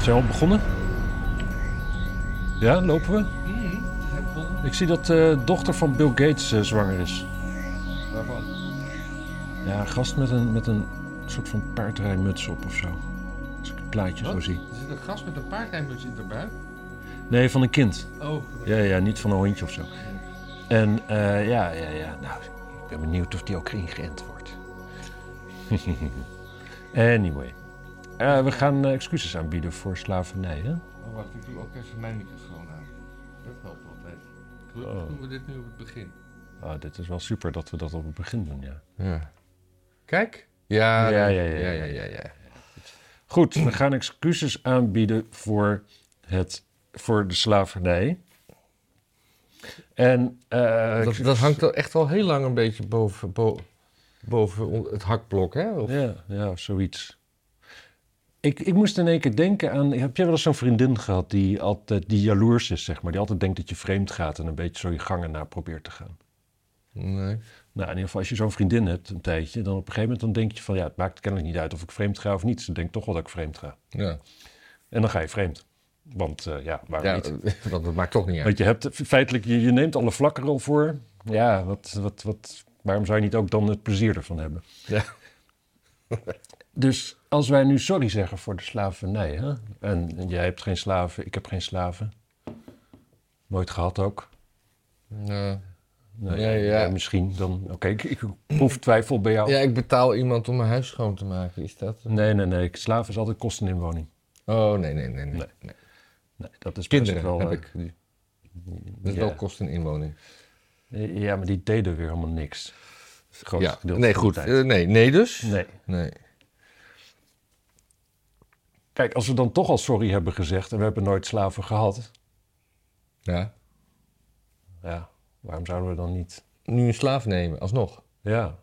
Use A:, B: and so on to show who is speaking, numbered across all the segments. A: Zijn we al begonnen? Ja, lopen we? Ik zie dat de dochter van Bill Gates eh, zwanger is.
B: Daarvan.
A: Ja, een gast met een, met een soort van paardrijmuts op of zo. Als ik het plaatje zo
B: Wat?
A: zie.
B: Er zit een gast met een paardrijmuts in de buik.
A: Nee, van een kind.
B: Oh,
A: Ja, ja, niet van een hondje of zo. En eh, ja, ja, ja. Nou, ik ben benieuwd of die ook ingeënt wordt. anyway. Eh, we gaan eh, excuses aanbieden voor slavernij, hè?
B: oh, wacht, ik doe ook even mijn microfoon aan. Dat helpt altijd. Gelukkig
A: Oh.
B: doen we dit nu op het begin.
A: Oh, dit is wel super dat we dat op het begin doen, ja.
B: Ja. Kijk. Ja,
A: Ja,
B: dan-
A: ja, ja, ja,
B: ja, ja.
A: Goed, we gaan excuses aanbieden voor, het, voor de slavernij. En eh,
B: Dat,
A: ik-
B: dat hangt al echt al heel lang een beetje boven, bo- boven on- het hakblok, hè? Of-
A: Ja, ja, zoiets. Ik, ik moest in één keer denken aan... Heb jij wel eens zo'n vriendin gehad die altijd die jaloers is, zeg maar? Die altijd denkt dat je vreemd gaat en een beetje zo je gangen na probeert te gaan.
B: Nee.
A: Nou, in ieder geval, als je zo'n vriendin hebt een tijdje... dan op een gegeven moment dan denk je van... ja, het maakt kennelijk niet uit of ik vreemd ga of niet. Ze denkt toch wel dat ik vreemd ga.
B: Ja.
A: En dan ga je vreemd. Want eh, ja, waarom
B: ja
A: niet?
B: want dat maakt toch niet uit.
A: Want je hebt feitelijk, je, je neemt alle vlakken al voor. Ja, wat, wat, wat, waarom zou je niet ook dan het plezier ervan hebben?
B: Ja.
A: Dus als wij nu sorry zeggen voor de slavernij, hè? En, jij hebt geen slaven, ik heb geen slaven. Nooit gehad ook.
B: Ja.
A: Nee,
B: Ja, ja.
A: misschien dan. Oké, ik, ik proef twijfel bij jou.
B: ja, ik betaal iemand om mijn huis schoon te maken, is dat?
A: Nee, nee, nee. Slaven is altijd kosteninwoning.
B: Oh, nee, nee, nee. nee.
A: Nee.
B: Nee.
A: Nee, dat is best
B: Kinderen
A: wel,
B: heb
A: eh,
B: ik. die- Dat is
A: ja.
B: wel kost een inwoning.
A: eh, Ja, maar die deden weer helemaal niks. Het grootste
B: Ja.
A: gedeelte
B: Nee,
A: van de
B: goed.
A: tijd.
B: Eh, nee, nee dus?
A: Nee.
B: Nee.
A: Kijk, als we dan toch al sorry hebben gezegd en we hebben nooit slaven gehad,
B: Ja.
A: ja, waarom zouden we dan niet?
B: Nu een slaaf nemen, alsnog.
A: Ja,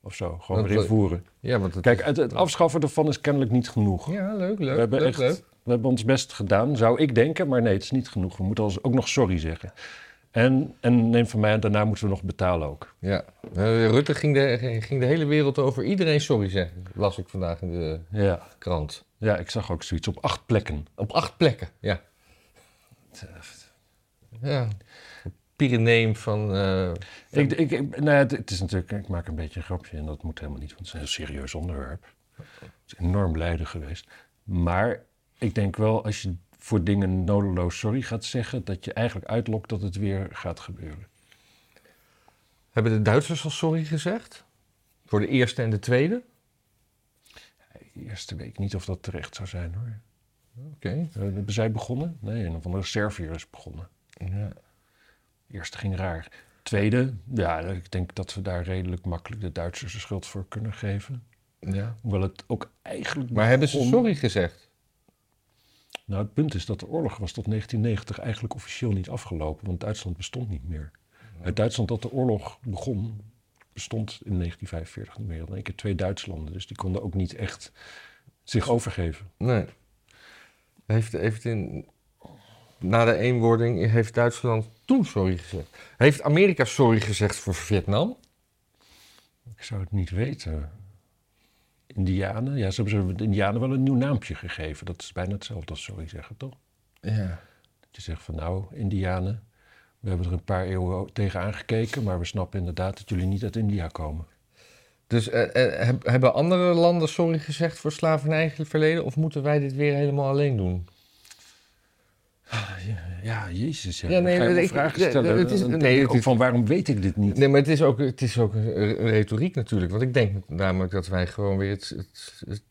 A: of zo, gewoon
B: Dat-
A: weer invoeren.
B: Ja, want het
A: Kijk, het, het afschaffen ervan is kennelijk niet genoeg.
B: Ja, leuk, leuk.
A: we, hebben
B: leuk,
A: echt,
B: leuk.
A: we hebben ons best gedaan, zou ik denken, maar nee, het is niet genoeg. We moeten als- ook nog sorry zeggen. En, en neem van mij aan, daarna moeten we nog betalen ook.
B: Ja. Eh, Rutte ging de, ging de hele wereld over iedereen sorry zeggen. Las ik vandaag in de
A: Ja,
B: krant.
A: ja ik zag ook zoiets op acht plekken.
B: Op acht plekken, ja. Ja. Pyreneem van... eh,
A: Ik, ik, ik- nou, ja, het, het is natuurlijk, ik maak een beetje een grapje en dat moet helemaal niet, want het is een heel serieus onderwerp. Het is enorm lijden geweest. Maar ik denk wel, als je voor dingen nodeloos sorry gaat zeggen, dat je eigenlijk uitlokt dat het weer gaat gebeuren.
B: hebben de Duitsers al sorry gezegd? Voor de eerste en de tweede?
A: De eerste week niet of dat terecht zou zijn hoor.
B: Oké.
A: Eh, Hebben zij begonnen? Nee, een of andere Serviër is begonnen.
B: Ja.
A: De eerste ging raar. Tweede, ja, ik denk dat we daar redelijk makkelijk de Duitsers de schuld voor kunnen geven.
B: ja.
A: Hoewel het ook eigenlijk
B: Maar hebben ze
A: begon-
B: sorry gezegd?
A: Nou, het punt is dat de oorlog was tot 1990 eigenlijk officieel niet afgelopen, want Duitsland bestond niet meer. Het Duitsland dat de oorlog begon, bestond in 1945 niet meer. Dan één keer twee Duitslanden, dus die konden ook niet echt zich overgeven.
B: Nee. Heeft, heeft in, na de eenwording heeft Duitsland toen sorry gezegd. Heeft Amerika sorry gezegd voor Vietnam?
A: Ik zou het niet weten. Indianen, ja, ze hebben de Indianen wel een nieuw naampje gegeven. Dat is bijna hetzelfde als sorry zeggen, toch?
B: Ja.
A: Dat je zegt van nou, Indianen, we hebben er een paar eeuwen tegen aangekeken, maar we snappen inderdaad dat jullie niet uit India komen.
B: Dus eh, eh, heb- hebben andere landen sorry gezegd voor slavernijverleden? Of moeten wij dit weer helemaal alleen doen?
A: Ah, Ja, jezus. Ja,
B: Ja,
A: Dan
B: nee,
A: ga je wel
B: ik-
A: vragen
B: ja,
A: stellen.
B: het is-
A: Dan
B: nee,
A: denk ik
B: het
A: ook
B: is-
A: van waarom weet ik dit niet?
B: Nee, maar het is ook, het is ook een re- een retoriek natuurlijk. Want ik denk namelijk dat wij gewoon weer het, het, het,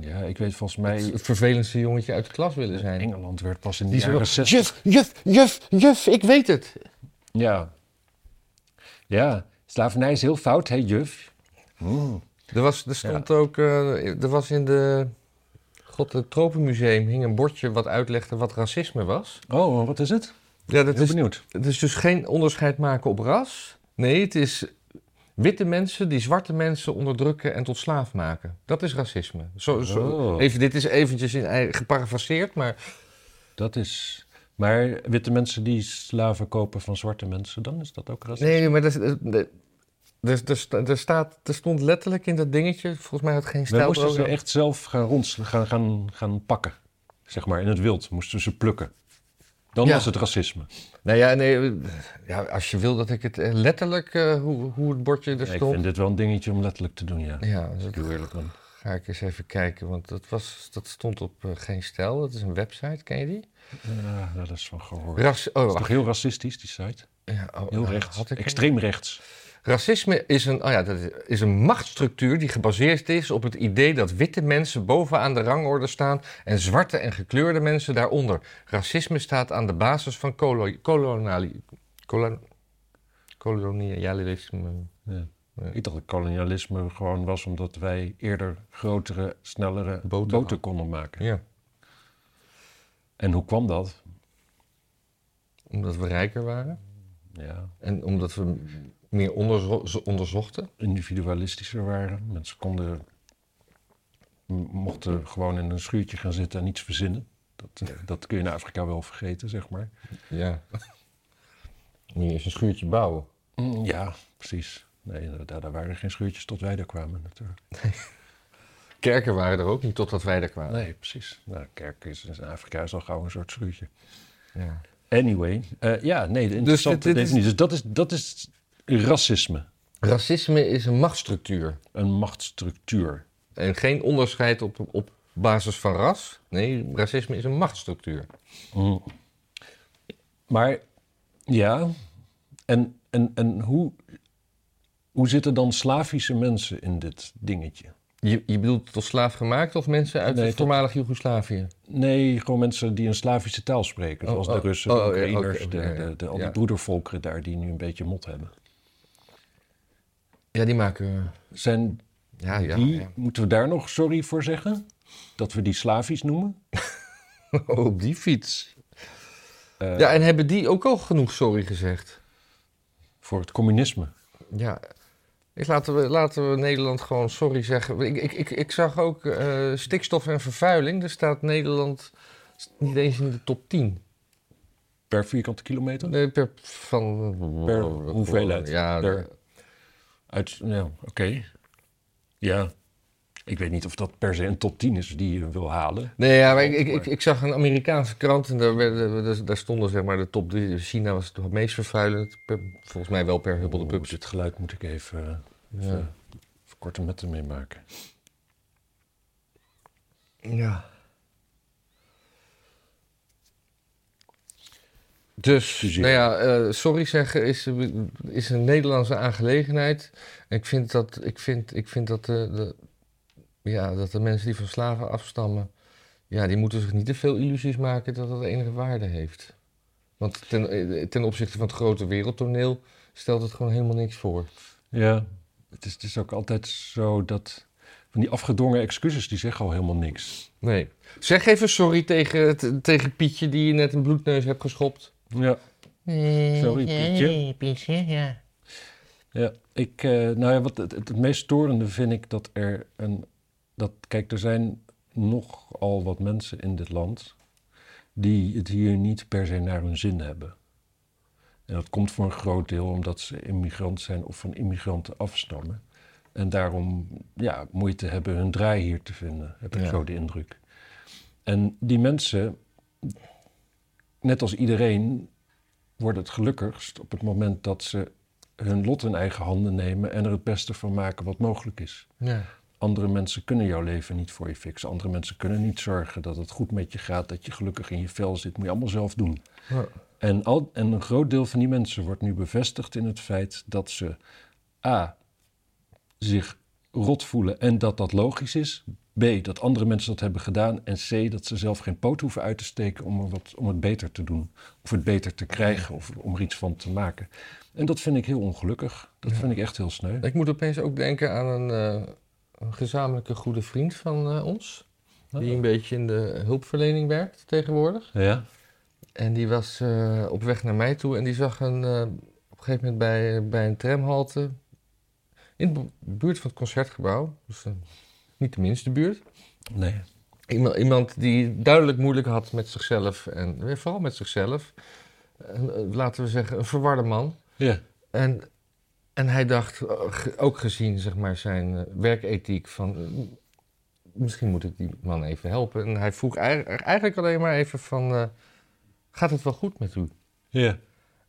A: Ja, ik weet volgens mij...
B: het vervelendste jongetje uit de klas willen zijn.
A: Engeland werd pas in de
B: Die zo,
A: jaren 60.
B: juf, juf, juf, juf, ik weet het.
A: Ja. Ja, slavernij is heel fout, hè, juf? Mm.
B: Er, was, er stond ook, eh, er was in de, god, het Tropenmuseum hing een bordje wat uitlegde wat racisme was.
A: Oh, wat is het?
B: Ja, dat
A: Heel
B: is
A: benieuwd.
B: Het is dus geen onderscheid maken op ras. Nee, het is witte mensen die zwarte mensen onderdrukken en tot slaaf maken. Dat is racisme. Zo, zo,
A: Oh.
B: even, dit is eventjes in, ei- geparafraseerd, maar
A: Dat is... Maar witte mensen die slaven kopen van zwarte mensen, dan is dat ook racisme?
B: nee, maar dat, is- dat- dat- Dus eh, er, sta- er, staat, er stond letterlijk in dat dingetje, volgens mij had geen
A: We
B: stijl.
A: moesten ze echt zelf gaan, ronds, gaan, gaan, gaan pakken. Zeg maar, in het wild moesten we ze plukken. Dan
B: Ja.
A: was het racisme.
B: Nou ja, nee, eh, ja, als je wil dat ik het eh, letterlijk, eh, hoe, hoe het bordje er
A: Ja, ik
B: stond.
A: vind dit wel een dingetje om letterlijk te doen, ja.
B: Ja, dus dat
A: Heel eerlijk man.
B: ga ik eens even kijken, want dat, was, dat stond op eh, Geen Stijl. Dat is een website, ken je die?
A: Ja, dat is van gehoord. Dat
B: Ras oh,
A: is toch
B: wacht.
A: heel racistisch, die site?
B: Ja, oh,
A: Heel
B: nou,
A: rechts.
B: had ik hem?
A: Extreem rechts.
B: Racisme is een, oh ja, dat is, is een machtsstructuur die gebaseerd is op het idee dat witte mensen bovenaan de rangorde staan en zwarte en gekleurde mensen daaronder. Racisme staat aan de basis van kolo- kolonali- kolon- kolonialisme.
A: Ja.
B: Ja.
A: Ik dacht dat kolonialisme gewoon was omdat wij eerder grotere, snellere
B: Boten.
A: boten, konden maken.
B: Ja,
A: En hoe kwam dat?
B: omdat we rijker waren
A: Ja,
B: en omdat we meer onderzo- zo- onderzochten.
A: individualistischer waren. Mensen konden, m- mochten gewoon in een schuurtje gaan zitten en iets verzinnen. Dat, eh, dat kun je in Afrika wel vergeten, zeg maar.
B: Ja. Moet je eerst een schuurtje bouwen.
A: Mm, Ja, precies. Nee, daar, daar waren geen schuurtjes tot wij er kwamen natuurlijk.
B: Kerken waren er ook niet totdat wij er kwamen.
A: Nee, precies. Nou, kerk is is in Afrika is al gauw een soort schuurtje.
B: Ja.
A: Anyway, eh, ja, nee, de interessante
B: dit- dit is-
A: definitie. Dus dat is, dat is racisme,
B: Racisme is een machtsstructuur.
A: een machtsstructuur.
B: En geen onderscheid op, op basis van ras. Nee, racisme is een machtsstructuur.
A: Mm. Maar ja, en, en, en hoe, hoe zitten dan Slavische mensen in dit dingetje?
B: Je, je bedoelt tot slaaf gemaakt of mensen uit
A: Nee,
B: het
A: tot-
B: voormalig Joegoslavië?
A: Nee, gewoon mensen die een Slavische taal spreken.
B: Oh,
A: Zoals
B: oh,
A: de Russen,
B: oh,
A: de
B: ja,
A: Oekraïners,
B: oké,
A: de,
B: oké,
A: de, de, al
B: ja.
A: die broedervolkeren daar die nu een beetje mot hebben.
B: Ja, die maken...
A: Zijn
B: Ja, ja,
A: die,
B: ja.
A: moeten we daar nog sorry voor zeggen? Dat we die Slavisch noemen?
B: Oh, op die fiets.
A: Eh,
B: Ja, en hebben die ook al genoeg sorry gezegd?
A: Voor het communisme.
B: Ja. Ik, laten, we, laten we Nederland gewoon sorry zeggen. Ik, ik, ik, ik zag ook eh, stikstof en vervuiling. Daar staat Nederland niet eens in de top 10.
A: Per vierkante kilometer?
B: Nee, per, van,
A: Per hoeveelheid?
B: Ja,
A: Per- Uit, nou, oké. Ja. Ik weet niet of dat per se een top 10 is die je wil halen.
B: Nee, ja, maar ik, ik, ik, ik zag een Amerikaanse krant en daar, werden- daar, daar stonden zeg maar de top drie. China was het meest vervuilend, per- volgens mij wel per hubbelde
A: Oeh,
B: pub.
A: dit geluid moet ik even, eh, even,
B: Ja.
A: even korte metten meemaken.
B: ja. Dus,
A: Suzeer.
B: nou ja, eh, sorry zeggen is, is een Nederlandse aangelegenheid. En Ik vind dat, ik vind, ik vind dat, de, de- ja, dat de mensen die van slaven afstammen, ja, die moeten zich niet te veel illusies maken dat dat enige waarde heeft. Want ten, eh, ten opzichte van het grote wereldtoneel stelt het gewoon helemaal niks voor.
A: Ja. Het is, het is ook altijd zo dat... Van die afgedwongen excuses, die zeggen al helemaal niks.
B: Nee. Zeg even sorry tegen, het- tegen Pietje die je net een bloedneus hebt geschopt.
A: Ja. Sorry, Pietje.
B: Pietje, ja.
A: Ja, ik, eh, nou ja, wat het, het, het meest storende vind ik dat er een. Dat, kijk, er zijn nogal wat mensen in dit land. die het hier niet per se naar hun zin hebben. En dat komt voor een groot deel omdat ze immigrant zijn of van immigranten afstammen. En daarom ja, moeite hebben hun draai hier te vinden, heb ik
B: Ja.
A: zo de indruk. En die mensen, net als iedereen, worden het gelukkigst op het moment dat ze hun lot in eigen handen nemen en er het beste van maken wat mogelijk is.
B: Ja.
A: Andere mensen kunnen jouw leven niet voor je fixen. Andere mensen kunnen niet zorgen dat het goed met je gaat, dat je gelukkig in je vel zit. Moet je allemaal zelf doen.
B: Ja.
A: En, al, en een groot deel van die mensen wordt nu bevestigd in het feit dat ze A. zich rot voelen en dat dat logisch is. B. dat andere mensen dat hebben gedaan. En C. dat ze zelf geen poot hoeven uit te steken om, er wat, om het beter te doen. Of het beter te krijgen of om er iets van te maken. En dat vind ik heel ongelukkig. Dat vind ik echt heel sneu.
B: Ik moet opeens ook denken aan een, eh, een gezamenlijke goede vriend van eh, ons. Die een beetje in de hulpverlening werkt tegenwoordig.
A: Ja?
B: En die was eh, op weg naar mij toe en die zag een, eh, op een gegeven moment bij, bij een tramhalte in de bu- buurt van het concertgebouw, dus eh, niet de minste buurt,
A: Nee.
B: iemand, iemand die duidelijk moeilijk had met zichzelf en eh, vooral met zichzelf. Een, eh, laten we zeggen, een verwarde man.
A: Ja.
B: En En hij dacht, eh, ge- ook gezien zeg maar, zijn eh, werkethiek, van eh, misschien moet ik die man even helpen. En hij vroeg ei- eigenlijk alleen maar even van, eh, gaat het wel goed met u?
A: Ja.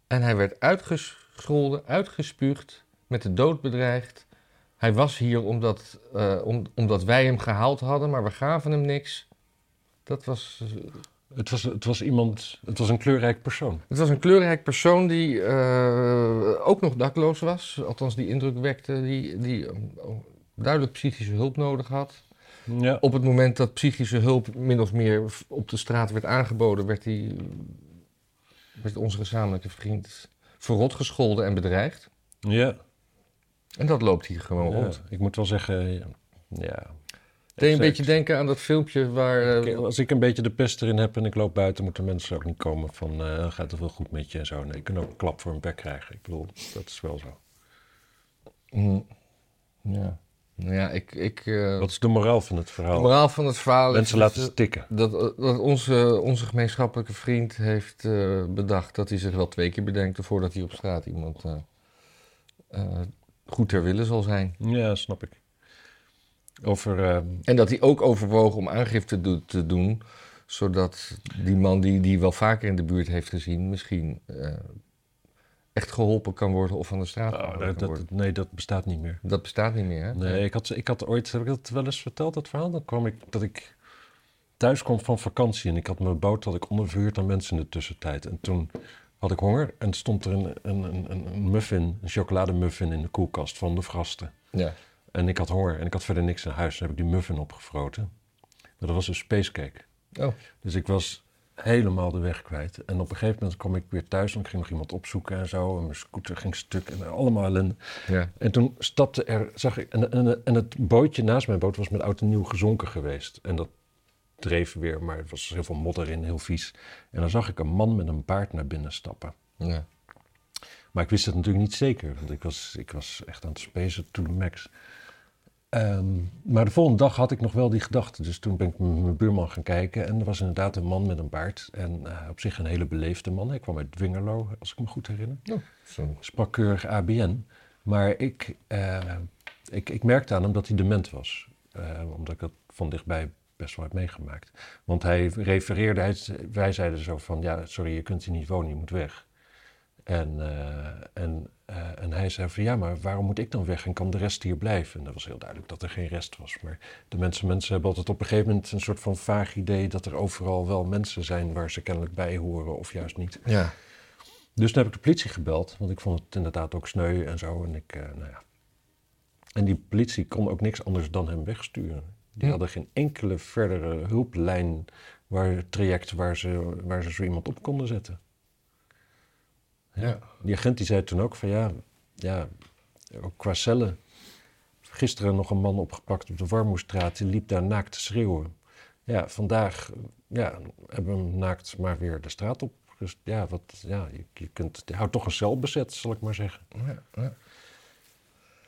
B: En hij werd uitgescholden, uitgespuugd, met de dood bedreigd. Hij was hier omdat, eh, om, omdat wij hem gehaald hadden, maar we gaven hem niks. Dat was, eh,
A: Het was, het was iemand, het was een kleurrijk persoon.
B: het was een kleurrijk persoon die eh, ook nog dakloos was. Althans, die indruk wekte, die, die eh, duidelijk psychische hulp nodig had.
A: Ja.
B: Op het moment dat psychische hulp min of meer v- op de straat werd aangeboden, werd, die, werd onze gezamenlijke vriend verrot gescholden en bedreigd.
A: Ja.
B: En dat loopt hier gewoon
A: Ja,
B: rond.
A: Ik moet wel zeggen, ja. ja.
B: Deed je
A: Exact.
B: een beetje denken aan dat filmpje waar... eh,
A: Kijk, Als ik een beetje de pest erin heb en ik loop buiten, moeten mensen ook niet komen van eh, gaat het wel goed met je en zo. Nee, ik kan ook een klap voor hun bek krijgen. Ik bedoel, dat is wel zo.
B: Mm. ja. Nou ja, ik... ik eh,
A: Wat is de moraal van het
B: de
A: verhaal?
B: moraal van het verhaal is
A: mensen
B: dat,
A: laten stikken.
B: dat, eh, dat onze, onze gemeenschappelijke vriend heeft eh, bedacht dat hij zich wel twee keer bedenkt voordat hij op straat iemand eh, eh, goed ter wille zal zijn.
A: Ja, snap ik. Over, eh,
B: En dat hij ook overwoog om aangifte do- te doen, zodat die man die die wel vaker in de buurt heeft gezien, misschien eh, echt geholpen kan worden of van de straat
A: oh,
B: gehaald
A: dat,
B: kan
A: dat-
B: worden.
A: nee, dat bestaat niet meer.
B: Dat bestaat niet meer, hè?
A: Nee, ik had, ik had ooit, heb ik dat wel eens verteld, dat verhaal? Dan kwam ik, dat ik thuis kwam van vakantie en ik had mijn boot had ik ondervuurd aan mensen in de tussentijd. En toen had ik honger en stond er een, een, een, een- een muffin, een chocolademuffin in de koelkast van de Vrasten.
B: Ja.
A: En ik had honger en ik had verder niks in huis. Toen heb ik die muffin opgefroten. Maar dat was een spacecake.
B: Oh,
A: Dus ik was helemaal de weg kwijt. En op een gegeven moment kwam ik weer thuis en ik ging nog iemand opzoeken en zo. En mijn scooter ging stuk en allemaal ellende.
B: ja.
A: En toen stapte er, zag ik, en, en, en het bootje naast mijn boot was met oud en nieuw gezonken geweest. En dat dreef weer, maar er was heel veel modder in, heel vies. En dan zag ik een man met een baard naar binnen stappen.
B: ja.
A: Maar ik wist het natuurlijk niet zeker, want ik was, ik was echt aan het spacen to the max. Ehm, maar de volgende dag had ik nog wel die gedachte. Dus toen ben ik met mijn buurman gaan kijken. En er was inderdaad een man met een baard. En eh, op zich een hele beleefde man. Hij kwam uit Dwingerlo, als ik me goed herinner
B: Oh, zo.
A: sprak keurig ABN. Maar ik, eh, ik, ik merkte aan hem dat hij dement was. Eh, omdat ik dat van dichtbij best wel heb meegemaakt. Want hij refereerde, hij, wij zeiden zo van... ja, sorry, je kunt hier niet wonen, je moet weg. En, eh, en, eh, en hij zei van ja, maar waarom moet ik dan weg en kan de rest hier blijven? En dat was heel duidelijk dat er geen rest was. Maar de mensen, mensen hebben altijd op een gegeven moment een soort van vaag idee dat er overal wel mensen zijn waar ze kennelijk bij horen of juist niet.
B: Ja.
A: Dus toen heb ik de politie gebeld, want ik vond het inderdaad ook sneu en zo. En, ik, eh, nou ja. en die politie kon ook niks anders dan hem wegsturen. Die
B: Hm.
A: hadden geen enkele verdere hulplijn, waar, traject waar ze, waar ze zo iemand op konden zetten.
B: Ja.
A: Die agent die zei toen ook van ja, ja ook qua cellen. Gisteren nog een man opgepakt op de Warmoestraat, die liep daar naakt te schreeuwen. Ja, vandaag ja, hebben we hem naakt maar weer de straat op. Dus ja, wat, ja je, je, kunt, je houdt toch een cel bezet, zal ik maar zeggen.
B: Ja, ja.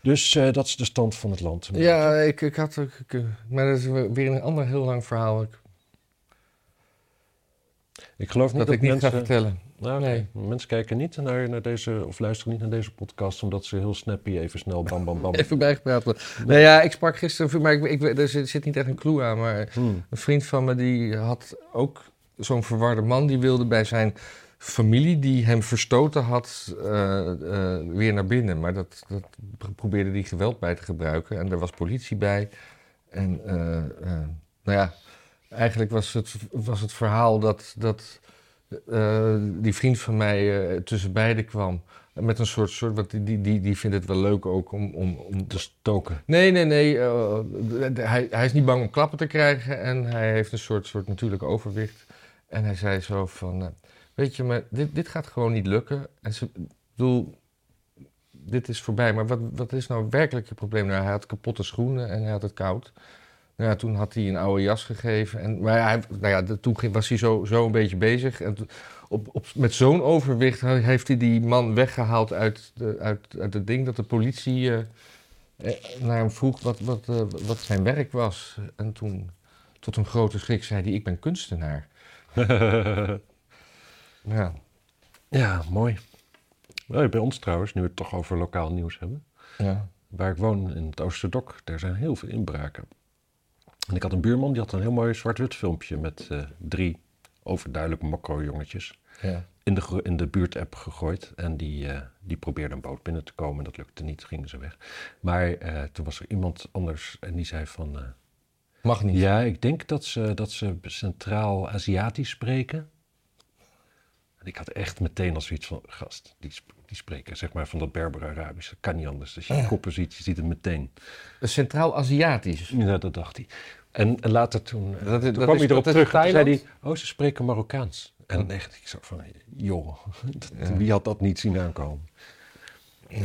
A: Dus eh, dat is de stand van het land.
B: Ja, ik, ik had ook... ik, eh, maar dat is weer een ander heel lang verhaal ik-
A: ik geloof niet
B: dat
A: dat,
B: ik niet
A: mensen...
B: ga vertellen.
A: Nou,
B: Nee.
A: Mensen kijken niet naar, naar deze, of luisteren niet naar deze podcast, omdat ze heel snappy even snel bam, bam, bam.
B: Even bijgepraat worden. Nou ja, ik sprak gisteren... Maar ik, ik, er zit, zit niet echt een clue aan, maar...
A: Hmm.
B: Een vriend van me die had ook zo'n verwarde man. Die wilde bij zijn familie, die hem verstoten had, eh, eh, weer naar binnen. Maar dat, dat probeerde hij geweld bij te gebruiken. En er was politie bij. En eh, eh, nou ja, eigenlijk was het, was het verhaal dat, dat eh, die vriend van mij eh, tussen beiden kwam. Met een soort, soort want die, die, die, die vindt het wel leuk ook om, om, om
A: Te stoken.
B: Nee, nee, nee. eh, d- d- hij, hij is niet bang om klappen te krijgen en hij heeft een soort, soort natuurlijk overwicht. En hij zei zo van, eh, weet je, maar dit, dit gaat gewoon niet lukken. En ze, ik bedoel, dit is voorbij. Maar wat, wat is nou werkelijk je probleem? Nou, hij had kapotte schoenen en hij had het koud. Nou ja, toen had hij een oude jas gegeven. En, maar hij, nou ja, de- toen ging- was hij zo, zo een beetje bezig. En toen- op, op, met zo'n overwicht he- heeft hij die man weggehaald uit, de, uit, uit het ding dat de politie eh, eh, naar hem vroeg wat, wat, eh, wat zijn werk was. En toen, tot een grote schrik, zei hij: Ik ben kunstenaar. Ja,
A: Ja, mooi. Nou, bij ons trouwens, nu we het toch over lokaal nieuws hebben.
B: Ja.
A: Waar ik woon in het Oosterdok, daar zijn heel veel inbraken. En ik had een buurman, die had een heel mooi zwart-wit filmpje met eh, drie overduidelijk mokko-jongetjes
B: ja.
A: in de, gro- in de buurt-app gegooid. En die, eh, die probeerde een boot binnen te komen. Dat lukte niet, gingen ze weg. Maar eh, toen was er iemand anders en die zei van... eh,
B: Mag niet.
A: ja, ik denk dat ze, dat ze Centraal-Aziatisch spreken. En ik had echt meteen al zoiets van, gast, die, sp- die spreken zeg maar van dat Berber-Arabisch. Dat kan niet anders. Als je die koppen ziet, je ziet het meteen.
B: Centraal-Aziatisch.
A: Ja, dat dacht hij. En, en later toen, eh,
B: Dat is-
A: toen
B: dat
A: kwam
B: is-
A: hij erop
B: dat is
A: terug. Toen zei
B: Thailand?
A: hij, oh, ze spreken Marokkaans. En dan echt, ik zo van, joh, dat- wie had dat niet zien aankomen?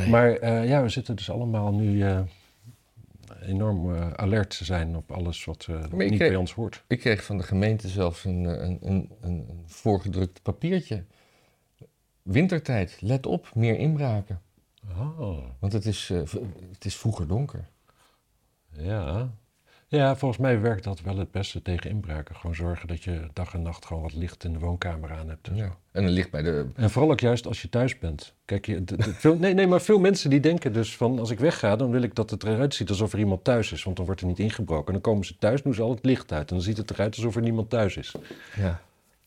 A: Maar eh, ja, we zitten dus allemaal nu eh, enorm eh, alert te zijn op alles wat eh,
B: Maar ik
A: niet
B: kreeg-
A: bij ons hoort.
B: Ik kreeg van de gemeente zelfs een, eh, een, een, een, een voorgedrukt papiertje. Wintertijd, let op, meer inbraken.
A: Oh,
B: Want het is, eh, v- het is vroeger donker.
A: ja. Ja, volgens mij werkt dat wel het beste tegen inbraken. Gewoon zorgen dat je dag en nacht gewoon wat licht in de woonkamer aan hebt. En, zo.
B: Ja. En er ligt bij de...
A: en vooral ook juist als je thuis bent. Kijk, je, de- de- veel, nee, nee, maar veel mensen die denken dus van als ik wegga, dan wil ik dat het eruit ziet alsof er iemand thuis is. Want dan wordt er niet ingebroken. En dan komen ze thuis, doen ze al het licht uit. En dan ziet het eruit alsof er niemand thuis is.
B: Ja.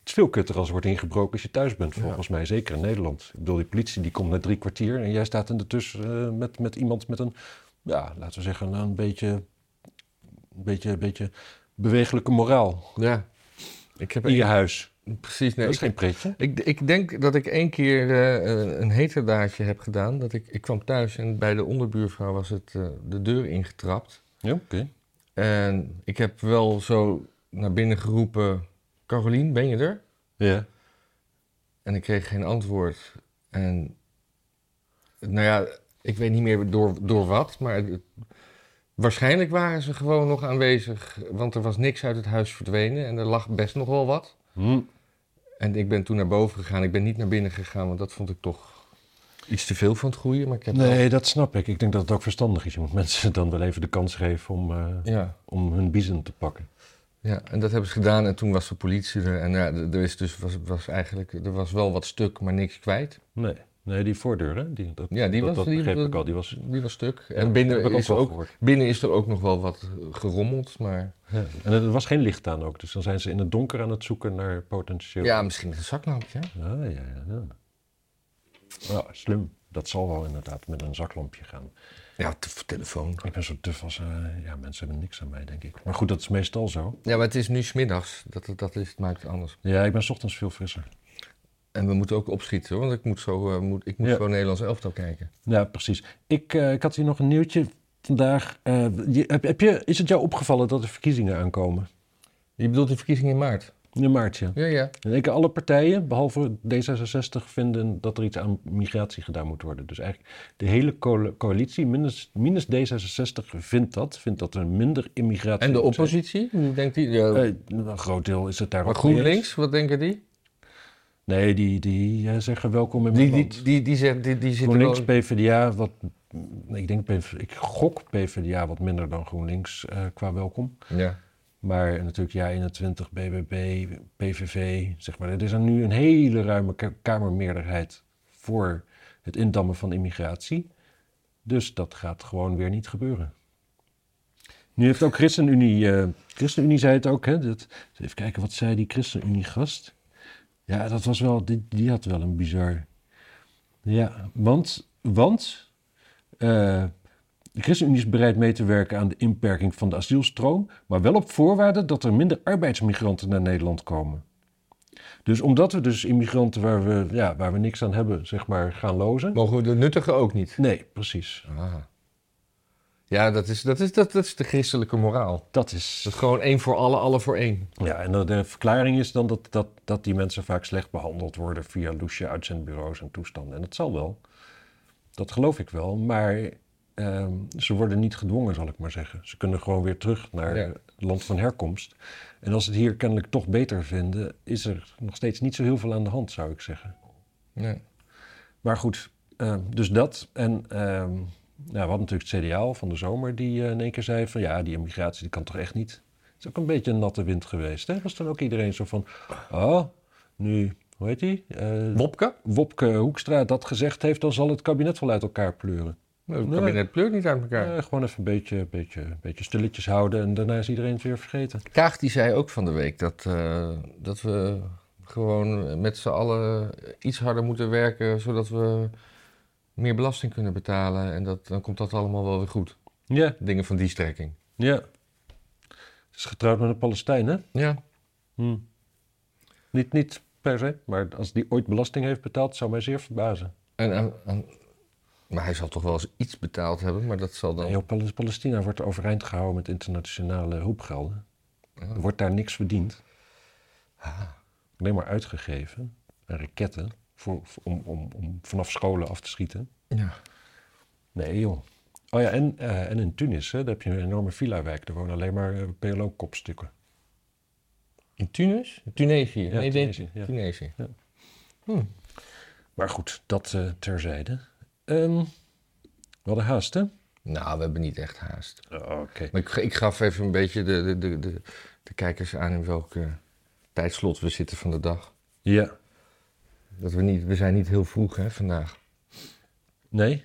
A: Het is veel kutter als er wordt ingebroken als je thuis bent, volgens mij. Zeker in Nederland. Ik bedoel, die politie die komt na drie kwartier en jij staat in de tussen eh, met, met iemand met een, ja, laten we zeggen, nou, een beetje, een beetje, een beetje bewegelijke moraal
B: ja. Ik heb
A: in je huis.
B: precies... Nee,
A: dat is
B: ik,
A: geen pretje.
B: ik, ik denk dat ik één keer eh, eh, een heterdaadje heb gedaan. Dat ik, ik kwam thuis en bij de onderbuurvrouw was het eh, de deur ingetrapt.
A: Ja, oké.
B: En ik heb wel zo naar binnen geroepen... Carolien, ben je er?
A: Ja.
B: En ik kreeg geen antwoord. En nou ja, ik weet niet meer door, door wat, maar het- waarschijnlijk waren ze gewoon nog aanwezig, want er was niks uit het huis verdwenen en er lag best nog wel wat.
A: Hm.
B: En ik ben toen naar boven gegaan. Ik ben niet naar binnen gegaan, want dat vond ik toch iets te veel van het groeien. Maar ik heb wel-
A: Nee, dat snap ik. Ik denk dat het ook verstandig is. Je moet mensen dan wel even de kans geven om, eh,
B: ja,
A: om hun biezen te pakken.
B: ja, en dat hebben ze gedaan en toen was de politie er. En ja, er er is dus, was, was eigenlijk, er was wel wat stuk, maar niks kwijt.
A: Nee, nee die voordeur, hè? Die, dat,
B: Ja, die
A: dat,
B: was-
A: dat
B: die-
A: begreep
B: dat-
A: ik al. Die was...
B: Die was stuk.
A: Ja,
B: En
A: heb
B: binnen
A: ik
B: is, er
A: wel
B: ook,
A: gehoord.
B: binnen is er ook nog wel wat eh, gerommeld, maar...
A: Ja, en er was geen licht aan ook, dus dan zijn ze in het donker aan het zoeken naar potentieel.
B: Ja, misschien met een zaklampje.
A: Ah, ja, ja, ja. Ja, slim. Dat zal wel inderdaad met een zaklampje gaan.
B: Ja, telefoon.
A: Ik ben zo duf als... eh, ja, mensen hebben niks aan mij, denk ik. Maar goed, dat is meestal zo.
B: Ja, maar het is nu smiddags. Dat, dat, dat is, het maakt het anders.
A: Ja, ik ben 's ochtends veel frisser.
B: En we moeten ook opschieten, hoor, want ik moet zo, eh, moet, ik moet
A: Ja.
B: zo Nederlands elftal kijken.
A: Ja, precies. Ik, eh, ik had hier nog een nieuwtje vandaag. Eh, je- heb, heb je, is het jou opgevallen dat er verkiezingen aankomen?
B: Je bedoelt de verkiezingen in maart?
A: In maart, ja.
B: Ja, ja.
A: En ik, alle partijen, behalve D66, vinden dat er iets aan migratie gedaan moet worden. Dus eigenlijk de hele coal- coalitie, minus, minus D66, vindt dat. Vindt dat er minder immigratie
B: En de
A: moet zijn.
B: oppositie? Hoe denkt die? Ja,
A: Eh, een groot deel is het daar
B: maar
A: ook mee eens.
B: GroenLinks, wat denken die?
A: Nee, die, die eh, zeggen welkom in
B: Die,
A: mijn
B: die,
A: land.
B: die, die, zeggen- die, die zitten
A: GroenLinks,
B: wel-
A: PvdA, wat, ik, denk, PV ik gok PvdA wat minder dan GroenLinks eh, qua welkom.
B: Ja.
A: Maar natuurlijk JA21, BBB, PVV, zeg maar. Er is er nu een hele ruime ka- kamermeerderheid voor het indammen van immigratie. Dus dat gaat gewoon weer niet gebeuren. Nu heeft ook ChristenUnie... eh, ChristenUnie zei het ook, hè. Dat, even kijken, wat zei die ChristenUnie-gast? Ja, dat was wel... Die, die had wel een bizar... Ja, want... Want... eh, de ChristenUnie is bereid mee te werken aan de inperking van de asielstroom, maar wel op voorwaarde dat er minder arbeidsmigranten naar Nederland komen. Dus omdat we dus immigranten waar we, ja, waar we niks aan hebben, zeg maar, gaan lozen.
B: Mogen we de nuttigen ook niet?
A: Nee, precies.
B: Ah. Ja, dat is, dat, is, dat, dat is de christelijke moraal.
A: Dat
B: Dat
A: is.
B: is gewoon één voor alle, alle voor één.
A: Ja, en de- de verklaring is dan dat, dat, dat die mensen vaak slecht behandeld worden via loesje uitzendbureaus en toestanden. En dat zal wel. Dat geloof ik wel. Maar ehm, ze worden niet gedwongen, zal ik maar zeggen. Ze kunnen gewoon weer terug naar
B: Ja.
A: het land van herkomst. En als ze het hier kennelijk toch beter vinden, is er nog steeds niet zo heel veel aan de hand, zou ik zeggen.
B: Ja.
A: Maar goed, ehm, dus dat. En ehm ja, we hadden natuurlijk het CDA al van de zomer die eh, in één keer zei van ja, die immigratie die kan toch echt niet. Het is ook een beetje een natte wind geweest. Hè? Was dan ook iedereen zo van, oh, nu hoe heet die? Eh,
B: Wopke?
A: Wopke Hoekstra dat gezegd heeft, dan zal het kabinet wel uit elkaar pleuren.
B: Het
A: Nee.
B: kabinet pleurt niet uit elkaar.
A: Eh, gewoon even een beetje, beetje, beetje stilletjes houden en daarna is iedereen het weer vergeten.
B: Kaag die zei ook van de week dat, eh, dat we gewoon met z'n allen iets harder moeten werken, zodat we meer belasting kunnen betalen. En dat, dan komt dat allemaal wel weer goed.
A: Ja,
B: Dingen van die strekking.
A: ja. Het is getrouwd met een Palestijn, hè?
B: Ja,
A: Hm. Niet, niet per se, maar als die ooit belasting heeft betaald, zou mij zeer verbazen.
B: en, en- en- maar hij zal toch wel eens iets betaald hebben, maar dat zal dan...
A: Nee, joh, Pal- Palestina wordt overeind gehouden met internationale hulpgelden. Er wordt daar niks verdiend. Alleen maar uitgegeven aan raketten voor, voor- om, om, om vanaf scholen af te schieten.
B: Ja.
A: Nee, joh. Oh ja, en, eh, en in Tunis, hè, daar heb je een enorme villa-wijk. Daar wonen alleen maar eh, PLO-kopstukken.
B: In Tunis? Tunesië.
A: Ja,
B: nee,
A: Tunesië,
B: Tunesië.
A: ja.
B: Tunesië.
A: Maar goed, dat eh, terzijde. Ehm, we hadden haast, hè?
B: Nou, we hebben niet echt haast.
A: Oh, Oké.
B: Maar ik, ik gaf even een beetje de, de, de, de, de kijkers aan in welke tijdslot we zitten van de dag.
A: Ja.
B: Dat we, niet, we zijn niet heel vroeg hè, vandaag.
A: Nee?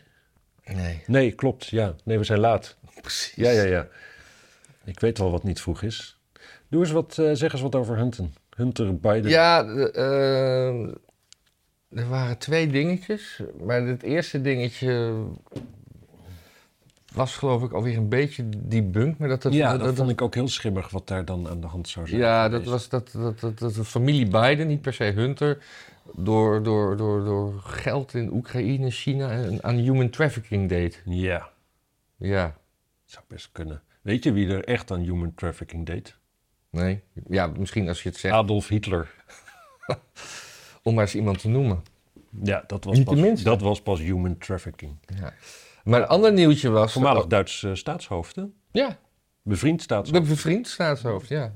B: Nee.
A: Nee, klopt. Ja. Nee, we zijn laat.
B: Precies.
A: Ja, ja, ja. Ik weet al wat niet vroeg is. Doe eens wat, eh, zeg eens wat over Hunten. Hunter Biden.
B: Ja, de, eh, er waren twee dingetjes. Maar het eerste dingetje was geloof ik alweer een beetje debunked. Maar dat, het-
A: Ja, dat, vond ik ook heel schimmig wat daar dan aan de hand zou zijn.
B: Ja, dat
A: geweest.
B: was dat, dat, dat, dat de familie Biden, niet per se Hunter, door, door, door, door geld in Oekraïne, China en aan human trafficking deed.
A: Ja,
B: Ja,
A: zou best kunnen. Weet je wie er echt aan human trafficking deed?
B: nee. Ja, misschien als je het zegt,
A: Adolf Hitler.
B: om maar eens iemand te noemen.
A: Ja, dat was,
B: Niet de
A: pas,
B: minste.
A: dat was pas human trafficking.
B: Ja. Maar een ander nieuwtje was...
A: Voormalig Duits eh, staatshoofd, hè?
B: Ja,
A: Bevriend
B: Een
A: staatshoofd.
B: bevriend staatshoofd, ja.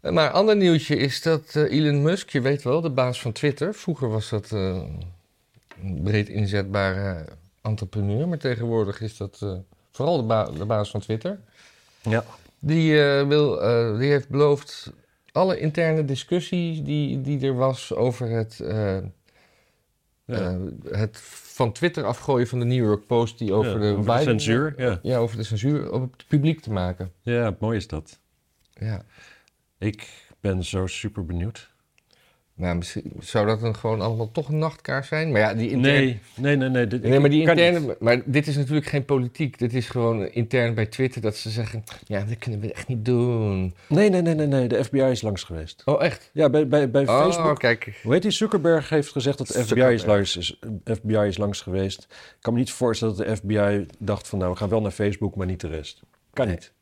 B: Eh, Maar een ander nieuwtje is dat eh, Elon Musk, je weet wel, de baas van Twitter. Vroeger was dat eh, een breed inzetbare entrepreneur, maar tegenwoordig is dat eh, vooral de, ba- de baas van Twitter.
A: Ja.
B: Die, eh, wil, eh, die heeft beloofd alle interne discussie die, die er was over het, eh,
A: Ja.
B: eh, het van Twitter afgooien van de New York Post die over
A: Ja,
B: de Biden-
A: censuur. Ja.
B: Ja, over de censuur op het publiek te maken.
A: ja, mooi is dat.
B: Ja.
A: Ik ben zo super benieuwd.
B: Nou, misschien zou dat dan gewoon allemaal toch een nachtkaars zijn. Maar ja, die interne...
A: Nee, nee, nee. nee, dit-
B: Nee, maar die
A: kan niet.
B: interne... Maar dit is natuurlijk geen politiek. Dit is gewoon intern bij Twitter dat ze zeggen... Ja, dat kunnen we echt niet doen.
A: Nee, nee, nee, nee, nee. De FBI is langs geweest.
B: Oh, echt?
A: Ja, bij, bij, bij
B: Oh,
A: Facebook.
B: kijk.
A: Hoe heet die? Zuckerberg heeft gezegd dat de FBI is,
B: Zuckerberg.
A: langs, is, FBI is langs geweest. Ik kan me niet voorstellen dat de FBI dacht van... nou, we gaan wel naar Facebook, maar niet de rest. Kan
B: Nee.
A: niet.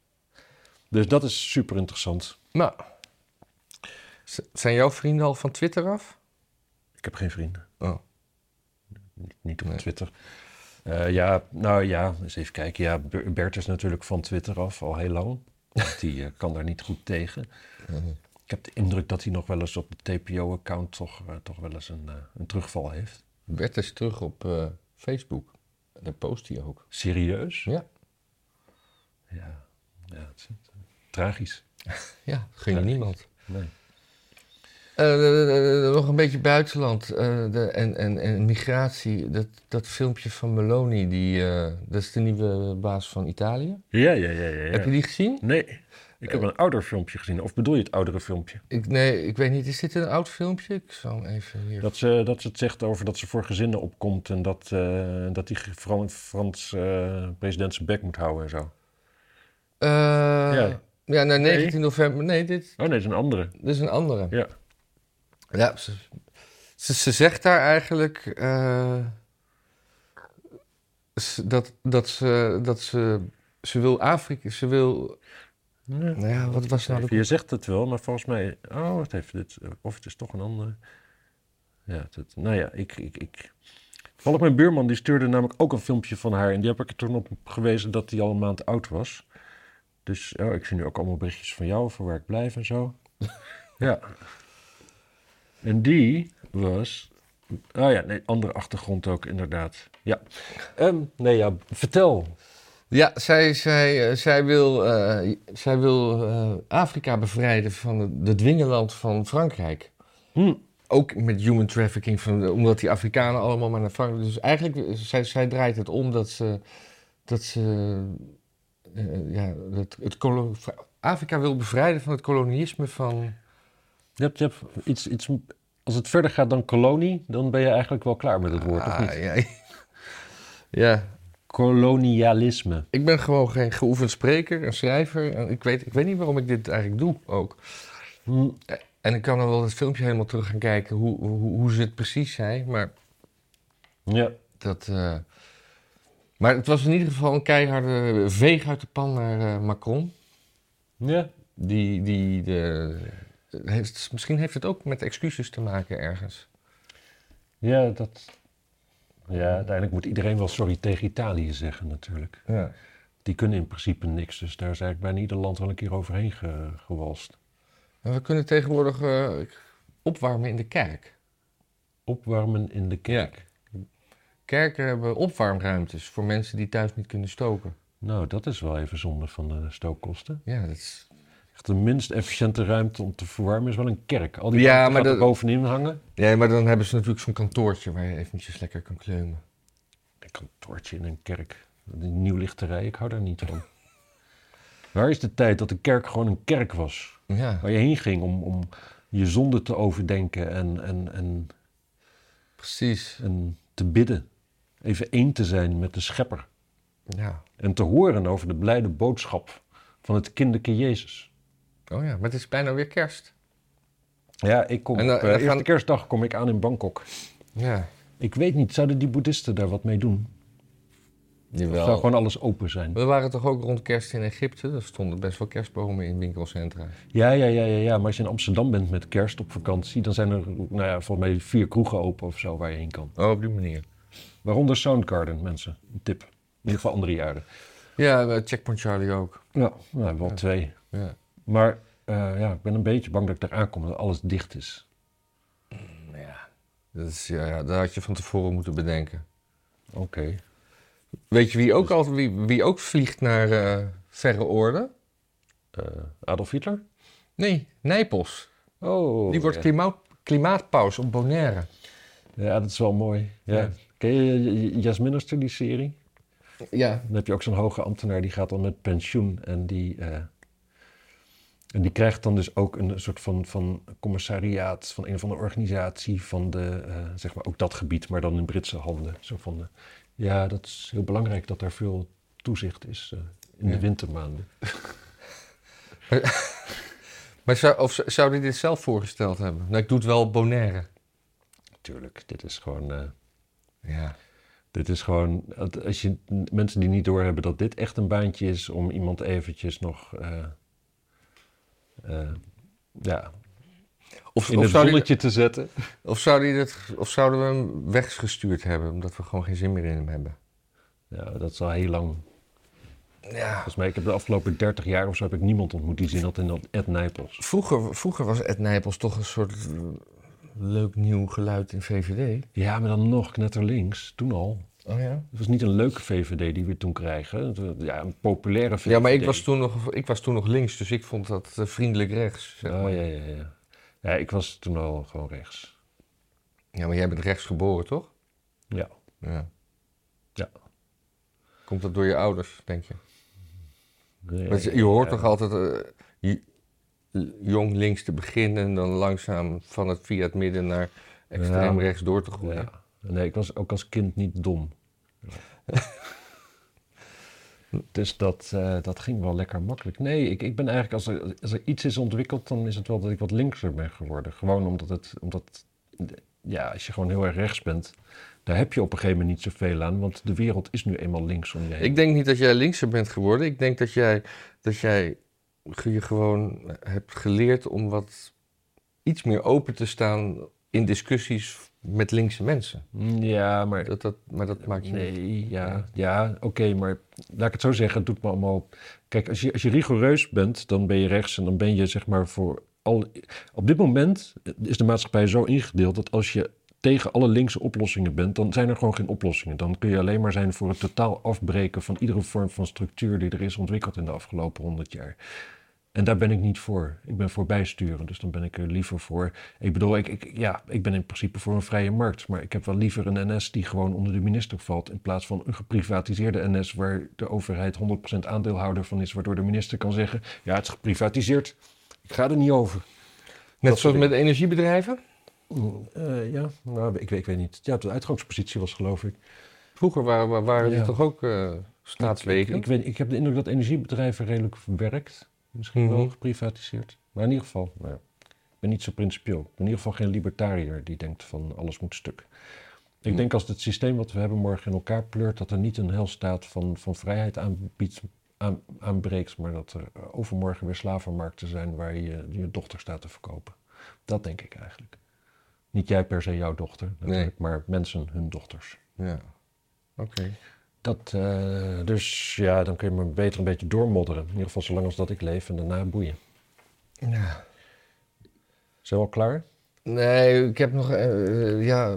A: Dus dat is super interessant.
B: Nou, z- zijn jouw vrienden al van Twitter af?
A: Ik heb geen vrienden.
B: Oh,
A: Niet, niet op
B: Nee.
A: Twitter. Eh, ja, nou ja, eens even kijken. Ja, Ber- Bert is natuurlijk van Twitter af, al heel lang. Want die eh, kan daar niet goed tegen.
B: eh,
A: Ik heb de indruk dat hij nog wel eens op de TPO-account toch, eh, toch wel eens een, eh, een terugval heeft.
B: Bert is terug op eh, Facebook. Daar post hij ook.
A: Serieus?
B: Ja,
A: Ja, ja het is eh, tragisch.
B: ja. Geen
A: Ja.
B: niemand.
A: Nee.
B: Eh, eh, eh, nog een beetje buitenland eh, de, en, en, en migratie. Dat, dat filmpje van Meloni, die, eh, dat is de nieuwe baas van Italië.
A: Ja, ja, ja, ja. ja.
B: Heb je die gezien?
A: Nee, Eh. ik heb een ouder filmpje gezien. Of bedoel je het oudere filmpje?
B: Ik, nee, ik weet niet. Is dit een oud filmpje? Ik zal hem even hier...
A: Dat ze, dat ze het zegt over dat ze voor gezinnen opkomt en dat, eh, dat die Frans, Frans eh, president zijn bek moet houden en zo.
B: Eh,
A: Ja.
B: ja. nou, 19 november. Nee, dit,
A: Oh nee, dat is een andere.
B: dit is een andere.
A: Ja.
B: Ja, ze, ze, ze zegt daar eigenlijk eh, s- dat, dat, ze, dat ze, ze wil Afrika, ze wil... Nou ja, wat was nou de
A: Je zegt het wel, maar volgens mij. Oh, het heeft dit. Of het is toch een andere. Ja, dat, nou ja, ik. ik, ik. Toevallig mijn buurman die stuurde namelijk ook een filmpje van haar. En die heb ik er toen op gewezen dat die al een maand oud was. Dus oh, ik zie nu ook allemaal berichtjes van jou over waar ik blijf en zo. ja. En die was. Oh ja, nee, andere achtergrond ook, inderdaad. Ja. Ehm, nee, ja, vertel.
B: Ja, zij, zij, eh, zij wil, eh, zij wil eh, Afrika bevrijden van het het dwingeland van Frankrijk.
A: Hm.
B: ook met human trafficking, van, omdat die Afrikanen allemaal maar naar Frankrijk... Dus eigenlijk, zij, zij draait het om dat ze... Dat ze eh, ja, het, het kolo- Afrika wil bevrijden van het kolonialisme van...
A: Je hebt, je hebt iets, iets, als het verder gaat dan kolonie, dan ben je eigenlijk wel klaar met het woord, of niet?
B: Ah, ja. ja,
A: Kolonialisme.
B: Ik ben gewoon geen geoefend spreker en schrijver. En ik, weet, ik weet niet waarom ik dit eigenlijk doe ook.
A: Hm,
B: En ik kan dan wel het filmpje helemaal terug gaan kijken hoe, hoe, hoe ze het precies zei. Maar,
A: ja.
B: dat, eh, maar het was in ieder geval een keiharde veeg uit de pan naar eh, Macron.
A: ja.
B: Die, die de, heeft, misschien heeft het ook met excuses te maken ergens.
A: Ja, dat... Ja, uiteindelijk moet iedereen wel sorry tegen Italië zeggen natuurlijk.
B: Ja.
A: Die kunnen in principe niks, dus daar is eigenlijk bijna ieder land wel een keer overheen ge- gewalst.
B: En we kunnen tegenwoordig eh, opwarmen in de kerk.
A: Opwarmen in de kerk.
B: Kerken hebben opwarmruimtes voor mensen die thuis niet kunnen stoken.
A: Nou, dat is wel even zonde van de stookkosten.
B: Ja, dat is
A: Echt de minst efficiënte ruimte om te verwarmen is wel een kerk. Al die
B: Ja,
A: ja,
B: maar
A: maar
B: dat-
A: er bovenin hangen.
B: Ja, maar dan hebben ze natuurlijk zo'n kantoortje waar je eventjes lekker kan kleumen.
A: Een kantoortje in een kerk. Die nieuwlichterij, ik hou daar niet van. Waar is de tijd dat de kerk gewoon een kerk was?
B: Ja,
A: Waar je heen ging om, om je zonde te overdenken en, en, en,
B: precies.
A: en te bidden. Even één te zijn met de schepper.
B: Ja.
A: En te horen over de blijde boodschap van het kinderke Jezus.
B: Oh ja, maar het is bijna weer kerst.
A: Ja, ik kom
B: En dan-
A: op,
B: en
A: eh,
B: dan
A: eerste
B: gaan-
A: kerstdag kom ik aan in Bangkok.
B: Ja,
A: Ik weet niet, zouden die boeddhisten daar wat mee doen? Of zou
B: jawel.
A: gewoon alles open zijn?
B: We waren toch ook rond kerst in Egypte? Er stonden best wel kerstbomen in winkelcentra.
A: Ja, ja, ja, ja, ja. Maar als je in Amsterdam bent met kerst op vakantie, dan zijn er nou ja, volgens mij vier kroegen open of zo waar je heen kan.
B: Oh, op die manier.
A: Waaronder Soundgarden, mensen. Een tip. In ieder geval andere jaren.
B: Ja, eh, Checkpoint Charlie ook.
A: Ja, nou, wel twee.
B: Ja.
A: Maar eh, ja, ik ben een beetje bang dat ik daar aankom dat alles dicht is.
B: ja. Dat is, ja, ja, dat had je van tevoren moeten bedenken.
A: Oké.
B: Weet je wie ook, al, wie, wie ook vliegt naar eh, verre orde?
A: Eh, Adolf Hitler?
B: Nee, Nijpels.
A: Oh.
B: Die wordt
A: ja.
B: klimaat, klimaatpaus op Bonaire.
A: Ja, dat is wel mooi. Ja.
B: Ja.
A: Ken je Jasminister, die serie?
B: Ja.
A: Dan heb je ook zo'n hoge ambtenaar die gaat dan met pensioen en die, eh, en die krijgt dan dus ook een soort van, van commissariaat van een of andere organisatie van de, eh, zeg maar ook dat gebied, maar dan in Britse handen. Zo van, eh, ja, dat is heel belangrijk dat daar veel toezicht is eh, in
B: Ja.
A: de wintermaanden.
B: Maar zou, of zou- zou die dit zelf voorgesteld hebben? Nou, ik doe het wel op Bonaire.
A: Tuurlijk, dit is gewoon, eh,
B: Ja.
A: dit is gewoon, het- als je mensen die niet doorhebben dat dit echt een baantje is om iemand eventjes nog, eh, eh, ja,
B: Of,
A: in
B: of,
A: het
B: zou die,
A: zonnetje te zetten.
B: of, zou die dat, of zouden we hem weggestuurd hebben, omdat we gewoon geen zin meer in hem hebben?
A: Ja, dat is al heel lang.
B: Ja.
A: Volgens mij, ik heb de afgelopen 30 jaar of zo heb ik niemand ontmoet die zin had in dat Ed Nijpels.
B: Vroeger, vroeger was Ed Nijpels toch een soort eh, leuk nieuw geluid in VVD.
A: Ja, maar dan nog knetterlinks, toen al.
B: Oh ja?
A: Het was niet een leuke VVD die we toen kregen. Het was, Ja, een populaire VVD.
B: Ja, maar ik was, toen nog, ik was toen nog links, dus ik vond dat eh, vriendelijk rechts. zeg
A: Oh,
B: maar.
A: ja, ja, ja. Ja, ik was toen al gewoon rechts.
B: Ja, maar jij bent rechts geboren, toch?
A: Ja.
B: Ja.
A: Ja.
B: Komt dat door je ouders, denk je?
A: Nee,
B: Want je je hoort
A: ja.
B: toch altijd eh, j- jong links te beginnen en dan langzaam van het via het midden naar extreem
A: Ja.
B: rechts door te groeien.
A: Ja. Nee, ik was ook als kind niet dom. dus dat, eh, dat ging wel lekker makkelijk. Nee, ik, ik ben eigenlijk, als er, als er iets is ontwikkeld, dan is het wel dat ik wat linkser ben geworden. Gewoon omdat het, omdat, ja, als je gewoon heel erg rechts bent, daar heb je op een gegeven moment niet zoveel aan, want de wereld is nu eenmaal links om je heen.
B: Ik denk niet dat jij linkser bent geworden. Ik denk dat jij, dat jij ge- je gewoon hebt geleerd om wat iets meer open te staan in discussies met linkse mensen.
A: Mm, Ja, maar
B: Dat, dat, maar dat maakt je niet.
A: Nee, ja, ja oké, maar laat ik het zo zeggen, het doet me allemaal... Kijk, als je, als je rigoureus bent, dan ben je rechts en dan ben je zeg maar voor al... Op dit moment is de maatschappij zo ingedeeld dat als je tegen alle linkse oplossingen bent, dan zijn er gewoon geen oplossingen. Dan kun je alleen maar zijn voor het totaal afbreken van iedere vorm van structuur die er is ontwikkeld in de afgelopen honderd jaar. En daar ben ik niet voor. Ik ben voor bijsturen, dus dan ben ik er liever voor. Ik bedoel, ik, ik, ja, ik ben in principe voor een vrije markt. Maar ik heb wel liever een NS die gewoon onder de minister valt. In plaats van een geprivatiseerde NS waar de overheid 100% aandeelhouder van is. Waardoor de minister kan zeggen: Ja, het is geprivatiseerd. Ik ga er niet over.
B: Net
A: Dat
B: zoals
A: soort
B: met energiebedrijven?
A: Eh, ja, nou, ik, weet- ik weet niet. Ja, de uitgangspositie was, geloof ik.
B: Vroeger waren, wa- waren
A: Ja.
B: die toch ook eh
A: Ik,
B: staatswegen?
A: ik, weet, ik heb de indruk dat energiebedrijven redelijk werkt. Misschien wel
B: Mhm.
A: geprivatiseerd. Maar in ieder geval, nou, ja, ik ben niet zo principieel. Ik ben in ieder geval geen libertariër die denkt van alles moet stuk. Ik
B: Hm.
A: denk als het systeem wat we hebben morgen in elkaar pleurt, dat er niet een heilstaat van, van vrijheid aanbiedt, aan, aanbreekt, maar dat er overmorgen weer slavenmarkten zijn waar je je dochter staat te verkopen. Dat denk ik eigenlijk. Niet jij per se jouw dochter, natuurlijk, maar mensen hun dochters.
B: Ja. Oké.
A: Dat, eh, dus ja, dan kun je maar beter een beetje doormodderen. In ieder geval zolang als dat ik leef en daarna boeien.
B: Ja.
A: Zijn we al klaar?
B: Nee, ik heb nog eh, ja,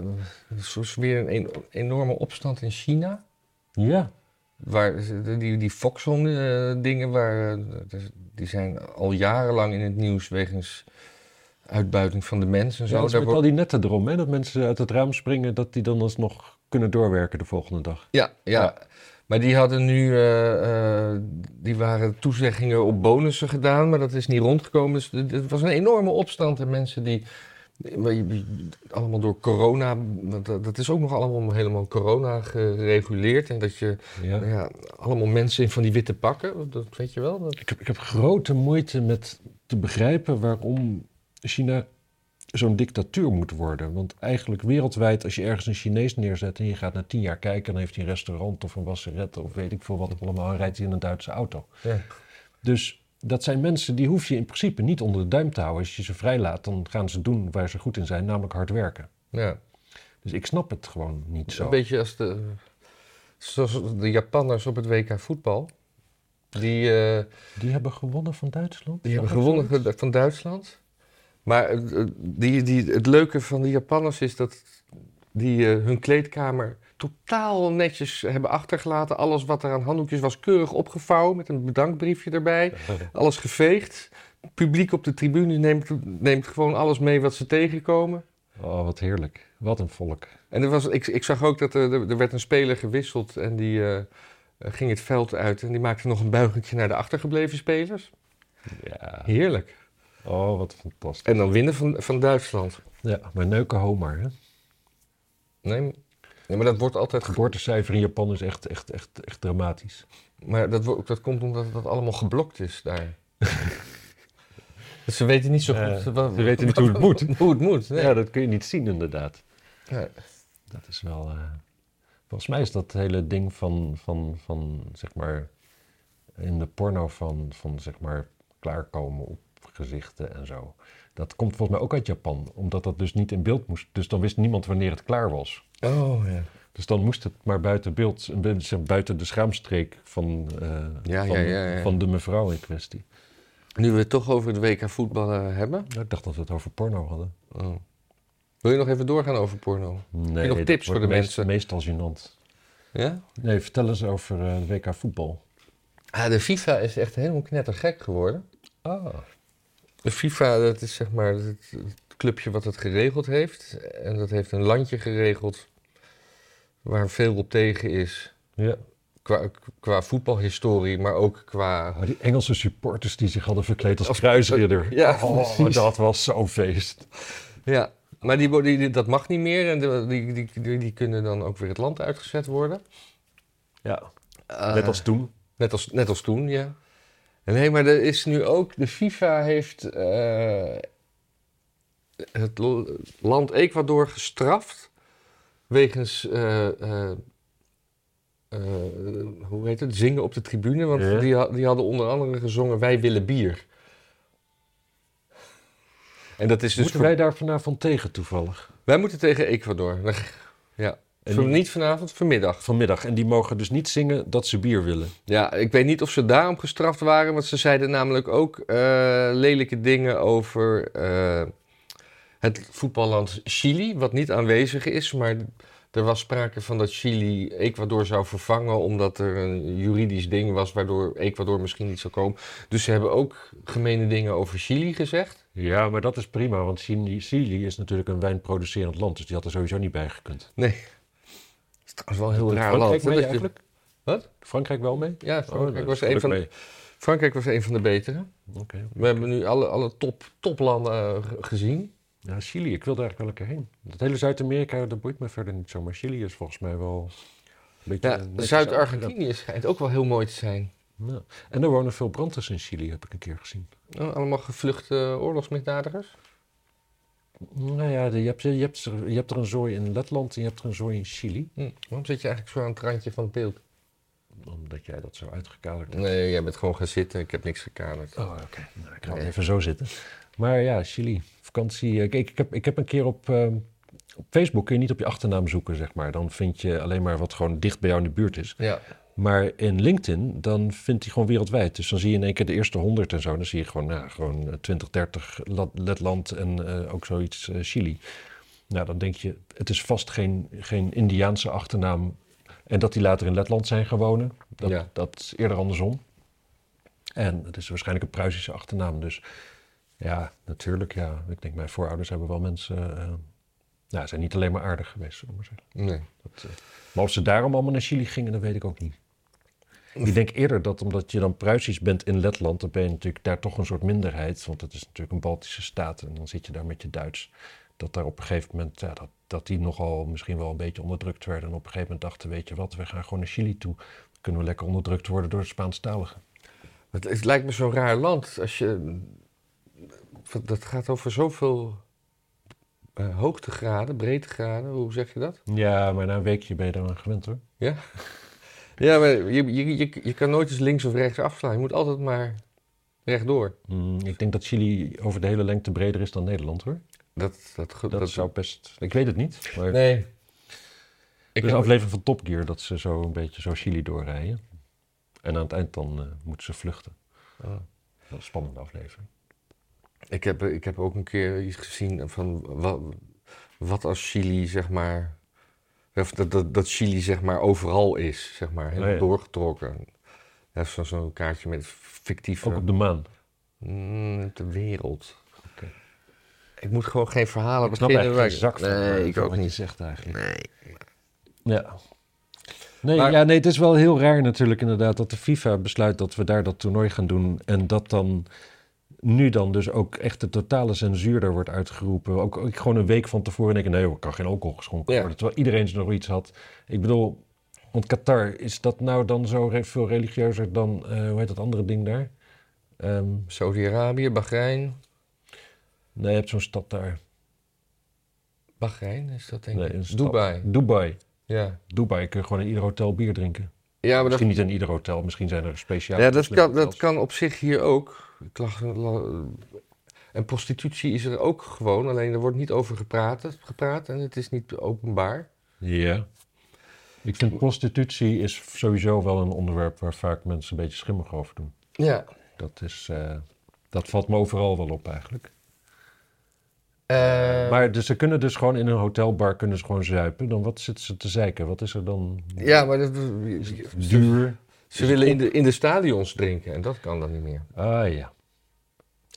B: zoals weer een en- enorme opstand in China.
A: Ja.
B: Waar, ze- die, die Foxon-dingen, waar eh, dus- die zijn al jarenlang in het nieuws wegens uitbuiting van de mens en
A: Zo,
B: zo.
A: dat is
B: Daar
A: met
B: wo-
A: al die netten erom, hè? Dat mensen uit het raam springen, dat die dan alsnog kunnen doorwerken de volgende dag.
B: ja, ja,
A: Ja.
B: Maar die hadden nu, eh, eh, die waren toezeggingen op bonussen gedaan, maar dat is niet rondgekomen. Dus d- het was een enorme opstand en mensen die, maar je- allemaal door corona, want dat, dat is ook nog allemaal helemaal corona gereguleerd. En dat je,
A: Ja.
B: ja, allemaal mensen in van die witte pakken, dat weet je wel. Dat,
A: Ik, heb, ik heb grote moeite met te begrijpen waarom China zo'n dictatuur moet worden. Want eigenlijk wereldwijd, als je ergens een Chinees neerzet en je gaat na tien jaar kijken, dan heeft hij een restaurant of een wasseret of weet ik veel wat allemaal, en rijdt hij in een Duitse auto.
B: ja.
A: Dus dat zijn mensen die hoef je in principe niet onder de duim te houden. Als je ze vrijlaat, dan gaan ze doen waar ze goed in zijn, namelijk hard werken.
B: ja.
A: Dus ik snap het gewoon niet zo.
B: Een beetje als de, zoals de Japanners op het WK voetbal. Die, eh,
A: Die hebben gewonnen van Duitsland?
B: die hebben
A: Zag ik
B: gewonnen
A: zoiets?
B: van Duitsland. Maar het- het- die, die, het leuke van de Japanners is dat die eh, hun kleedkamer totaal netjes hebben achtergelaten. Alles wat er aan handdoekjes was keurig opgevouwen met een bedankbriefje erbij. Alles geveegd. Publiek op de tribune neemt, neemt gewoon alles mee wat ze tegenkomen.
A: Oh, wat heerlijk. Wat een volk.
B: En er was, ik, ik zag ook dat er, er- er werd een speler gewisseld en die eh, eh, ging het veld uit en die maakte nog een buigingje naar de achtergebleven spelers.
A: Ja.
B: Heerlijk.
A: Oh, wat fantastisch.
B: En dan winnen van, van Duitsland.
A: Ja, maar neuken Homer, hè?
B: Nee, m- nee, maar dat wordt altijd.
A: Het geboortecijfer in Japan is echt, echt, echt, echt dramatisch.
B: Maar dat, wo- dat komt omdat dat allemaal geblokt is daar. Dus ze weten niet zo
A: Eh,
B: goed. wa-
A: ze weten niet hoe het moet.
B: Hoe het moet. Nee.
A: Ja, dat kun je niet zien inderdaad.
B: Nee.
A: Dat is wel. eh, volgens mij is dat hele ding van, van, van zeg maar. in de porno van, van zeg maar. klaarkomen op gezichten en zo. Dat komt volgens mij ook uit Japan, omdat dat dus niet in beeld moest. Dus dan wist niemand wanneer het klaar was.
B: Oh ja.
A: Dus dan moest het maar buiten beeld, eh, bu- zeg, buiten de schaamstreek van, eh,
B: Ja,
A: van,
B: ja, ja, ja.
A: van de mevrouw in kwestie.
B: Nu we het toch over de WK voetballen eh, hebben.
A: Nou, ik dacht dat we het over porno hadden.
B: Oh. Wil je nog even doorgaan over porno?
A: Nee,
B: nog
A: dat
B: tips voor
A: wordt
B: de
A: meest-
B: mensen?
A: Meestal gênant.
B: Ja?
A: Nee, vertel eens over eh, de WK voetbal.
B: Ah, de FIFA is echt helemaal knettergek geworden.
A: Ah.
B: De FIFA, dat is zeg maar het, het clubje wat het geregeld heeft. En dat heeft een landje geregeld waar veel op tegen is.
A: Ja.
B: Qua, qua voetbalhistorie, maar ook qua...
A: Oh, die Engelse supporters die zich hadden verkleed als kruisridder.
B: Ja,
A: oh,
B: precies.
A: dat was zo'n feest.
B: Ja, maar die, wo- die, die- dat mag niet meer en de- die, die, die, die kunnen dan ook weer het land uitgezet worden.
A: Ja,
B: Eh,
A: net als toen.
B: Net als, net als toen, ja. En nee, maar er is nu ook, de FIFA heeft eh, het l- land Ecuador gestraft wegens, eh, eh, eh, hoe heet het, zingen op de tribune. Want
A: Ja.
B: die, ha- die hadden onder andere gezongen Wij willen bier. En dat is dus...
A: Moeten
B: voor-
A: wij daar vanavond tegen toevallig?
B: wij moeten tegen Ecuador. Ja.
A: En
B: Van-
A: die-
B: niet vanavond, vanmiddag.
A: Vanmiddag. En die mogen dus niet zingen dat ze bier willen.
B: Ja, ik weet niet of ze daarom gestraft waren, want ze zeiden namelijk ook eh, lelijke dingen over eh, het voetballand Chili, wat niet aanwezig is, maar Er was sprake van dat Chili Ecuador zou vervangen omdat er een juridisch ding was waardoor Ecuador misschien niet zou komen. Dus ze hebben ook gemene dingen over Chili gezegd.
A: Ja, maar dat is prima, want Chili, Chili is natuurlijk een wijnproducerend land, dus die had er sowieso niet bij gekund.
B: Nee. Dat is trouwens wel een heel
A: Doet
B: raar land.
A: Frankrijk
B: hè,
A: mee
B: dat je- Oh,
A: eigenlijk?
B: Wat?
A: Frankrijk wel mee?
B: Ja, Frankrijk,
A: dat
B: was
A: is
B: een van,
A: gelukkig
B: Frankrijk was een van de betere.
A: mee. Oké.
B: We hebben nu alle, alle top, toplanden eh, g- gezien.
A: Ja, Chili, ik wilde eigenlijk wel lekker heen. Dat hele Zuid-Amerika, dat boeit me verder niet zo. Maar Chili is volgens mij wel een beetje...
B: Ja,
A: netjes uitgedaan.
B: Zuid-Argentinië schijnt ook wel heel mooi te zijn.
A: Ja. En er wonen veel branders in Chili, heb ik een keer gezien.
B: Oh, allemaal gevluchte oorlogsmisdadigers.
A: Nou ja, de- je hebt, je, hebt, er- je hebt er een zooi in Letland en je hebt er een zooi in Chili.
B: Hm, Waarom zit je eigenlijk zo aan het randje van het beeld?
A: Omdat jij dat zo uitgekaderd hebt.
B: Nee, jij bent gewoon gaan zitten. Ik heb niks gekaderd.
A: Oh, oké. Nou, ik ga
B: Nee.
A: even zo zitten. Maar ja, Chili, vakantie. eh, Ik, ik, ik heb, ik heb een keer op, ehm, op Facebook, kun je niet op je achternaam zoeken, zeg maar. Dan vind je alleen maar wat gewoon dicht bij jou in de buurt is.
B: Ja,
A: Maar in LinkedIn, dan vindt hij gewoon wereldwijd. Dus dan zie je in één keer de eerste honderd en zo. Dan zie je gewoon, nou, gewoon eh, 20, 30 La- Letland en eh, ook zoiets eh, Chili. Nou, dan denk je, het is vast geen, geen Indiaanse achternaam. En dat die later in Letland zijn gaan wonen, dat,
B: Ja.
A: dat is eerder andersom. En het is waarschijnlijk een Pruisische achternaam. Dus ja, natuurlijk, ja. Ik denk, mijn voorouders hebben wel mensen... eh, nou, zijn niet alleen maar aardig geweest, zullen we maar zeggen.
B: nee.
A: Dat, eh, maar of ze daarom allemaal naar Chili gingen, dat weet ik ook niet. Ik denk eerder dat omdat je dan Pruisisch bent in Letland, dan ben je natuurlijk daar toch een soort minderheid. Want het is natuurlijk een Baltische staat en dan zit je daar met je Duits. Dat daar op een gegeven moment, ja, dat, dat die nogal misschien wel een beetje onderdrukt werden. En op een gegeven moment dachten, weet je wat, we gaan gewoon naar Chili toe. Dan kunnen we lekker onderdrukt worden door de Spaanstaligen.
B: Het, het lijkt me zo'n raar land. Als je, dat gaat over zoveel eh, hoogtegraden, breedtegraden. Hoe zeg je dat?
A: Ja, maar na een weekje ben je daar aan gewend hoor.
B: Ja? Ja, maar je, je, je, je kan nooit eens links of rechts afslaan. Je moet altijd maar rechtdoor.
A: Mm, ik denk dat Chili over de hele lengte breder is dan Nederland hoor.
B: Dat, dat, dat,
A: Dat, zou best... Ik weet het niet. Maar...
B: Nee. Ik
A: Ik dus
B: heb-
A: een aflevering van Top Gear dat ze zo een beetje zo Chili doorrijden. En aan het eind dan eh, moeten ze vluchten.
B: Oh.
A: Dat is een spannende aflevering.
B: Ik heb, ik heb ook een keer iets gezien van wat, wat als Chili, zeg maar. Of dat, dat, dat Chili, zeg maar, overal is, zeg maar. Helemaal
A: Oh ja.
B: doorgetrokken. Ja, zo- Zo'n kaartje met fictieve.
A: Ook op de maan.
B: Mm, de wereld.
A: Oké.
B: Ik moet gewoon geen verhalen
A: Ik snap
B: beginnen.
A: eigenlijk
B: waar
A: geen zak van, eh,
B: Nee, ik
A: van
B: ook
A: wat je
B: niet.
A: zegt eigenlijk.
B: Nee.
A: Ja. Nee,
B: Maar-
A: ja, nee, het is wel heel raar natuurlijk inderdaad dat de FIFA besluit dat we daar dat toernooi gaan doen. En dat dan nu dan dus ook echt de totale censuur daar wordt uitgeroepen. Ook, ook gewoon een week van tevoren denk ik, nee, er kan geen alcohol geschonken
B: Ja.
A: worden. Terwijl iedereen nog iets had. Ik bedoel, want Qatar, is dat nou dan zo re- veel religieuzer dan, eh, hoe heet dat andere ding daar? Ehm,
B: Saudi-Arabië, Bahrein.
A: nee, je hebt zo'n stad daar.
B: Bahrein is dat, denk
A: Nee,
B: ik.
A: een stad.
B: Dubai.
A: Dubai.
B: Ja.
A: Dubai kun je gewoon in ieder hotel bier drinken.
B: Ja, maar dat
A: misschien niet in ieder hotel, misschien zijn er speciale...
B: Ja, dat
A: slimme
B: kan, dat
A: hotels.
B: kan op zich hier ook. Ik lag- la- En prostitutie is er ook gewoon, alleen er wordt niet over gepraat, gepraat en het is niet openbaar.
A: Ja. Ik vind prostitutie is sowieso wel een onderwerp waar vaak mensen een beetje schimmig over doen.
B: Ja.
A: Dat, is, eh, dat valt me overal wel op eigenlijk.
B: Eh,
A: maar dus ze kunnen dus gewoon in een hotelbar kunnen ze gewoon zuipen. Dan wat zitten ze te zeiken? Wat is er dan
B: ja, maar dat, ze,
A: duur?
B: ze willen in de, in de stadions drinken en dat kan dan niet meer.
A: Ah ja.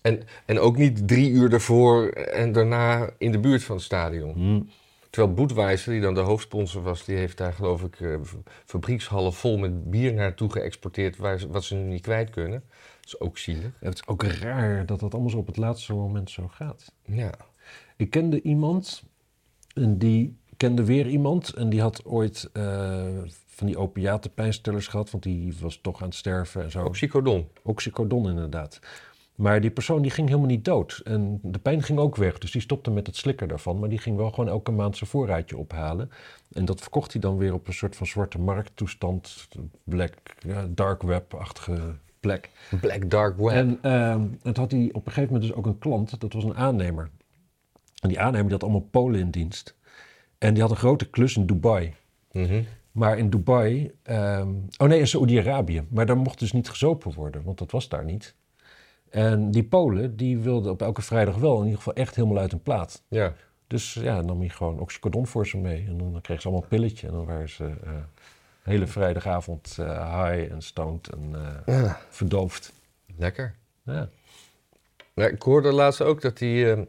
B: En, en ook niet drie uur daarvoor en daarna in de buurt van het stadion.
A: Hm.
B: Terwijl Budweiser, die dan de hoofdsponsor was, die heeft daar geloof ik eh, v- fabriekshallen vol met bier naartoe geëxporteerd waar ze, wat ze nu niet kwijt kunnen. Dat is ook zielig.
A: Het is ook raar dat dat allemaal zo op het laatste moment zo gaat.
B: Ja.
A: Ik kende iemand en die kende weer iemand en die had ooit eh, van die opiatenpijnstellers gehad, want die was toch aan het sterven en zo.
B: Oxycodon.
A: Oxycodon inderdaad. Maar die persoon die ging helemaal niet dood. En de pijn ging ook weg. Dus die stopte met het slikken daarvan. Maar die ging wel gewoon elke maand zijn voorraadje ophalen. En dat verkocht hij dan weer op een soort van zwarte markttoestand. Black, ja, dark web-achtige plek.
B: Black Dark Web.
A: En ehm het had hij op een gegeven moment dus ook een klant, dat was een aannemer. En die aannemer die had allemaal Polen in dienst. En die had een grote klus in Dubai.
B: Mhm.
A: Maar in Dubai, ehm, oh nee, in Saoedi-Arabië. Maar daar mocht dus niet gezopen worden, want dat was daar niet. En die Polen, die wilden op elke vrijdag wel in ieder geval echt helemaal uit hun plaat.
B: Ja.
A: Dus ja, nam hij gewoon oxycodon voor ze mee. En dan kregen ze allemaal een pilletje. En dan waren ze eh, hele vrijdagavond eh, high en stoned en eh,
B: Ja.
A: verdoofd.
B: Lekker.
A: Ja.
B: Ja, ik hoorde laatst ook dat die. eh,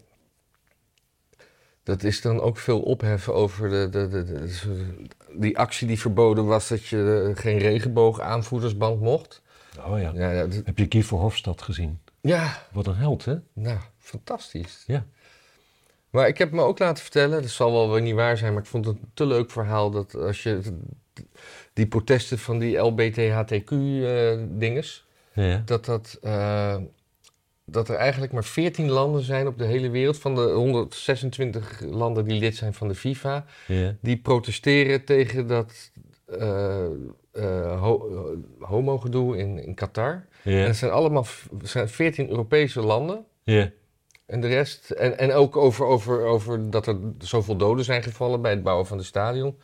B: dat is dan ook veel opheffen over de, de, de, de- de- die actie die verboden was dat je eh, geen regenboog aanvoerdersband mocht.
A: Oh ja.
B: Ja, ja, d-
A: Heb je Guy Verhofstadt gezien?
B: ja,
A: Wat een held, hè?
B: nou, fantastisch.
A: Ja.
B: Maar ik heb me ook laten vertellen, dat zal wel weer niet waar zijn, maar ik vond het een te leuk verhaal dat als je die protesten van die LBTHTQ-dinges,
A: Ja.
B: eh, dat, dat, eh, dat er eigenlijk maar 14 landen zijn op de hele wereld, van de 126 landen die lid zijn van de FIFA,
A: ja.
B: die protesteren tegen dat eh eh, ho- homogedoe in, in Qatar. En
A: Ja.
B: het zijn allemaal v- het zijn 14 Europese landen.
A: Ja.
B: En de rest, en, en ook over, over, over dat er zoveel doden zijn gevallen bij het bouwen van de stadion.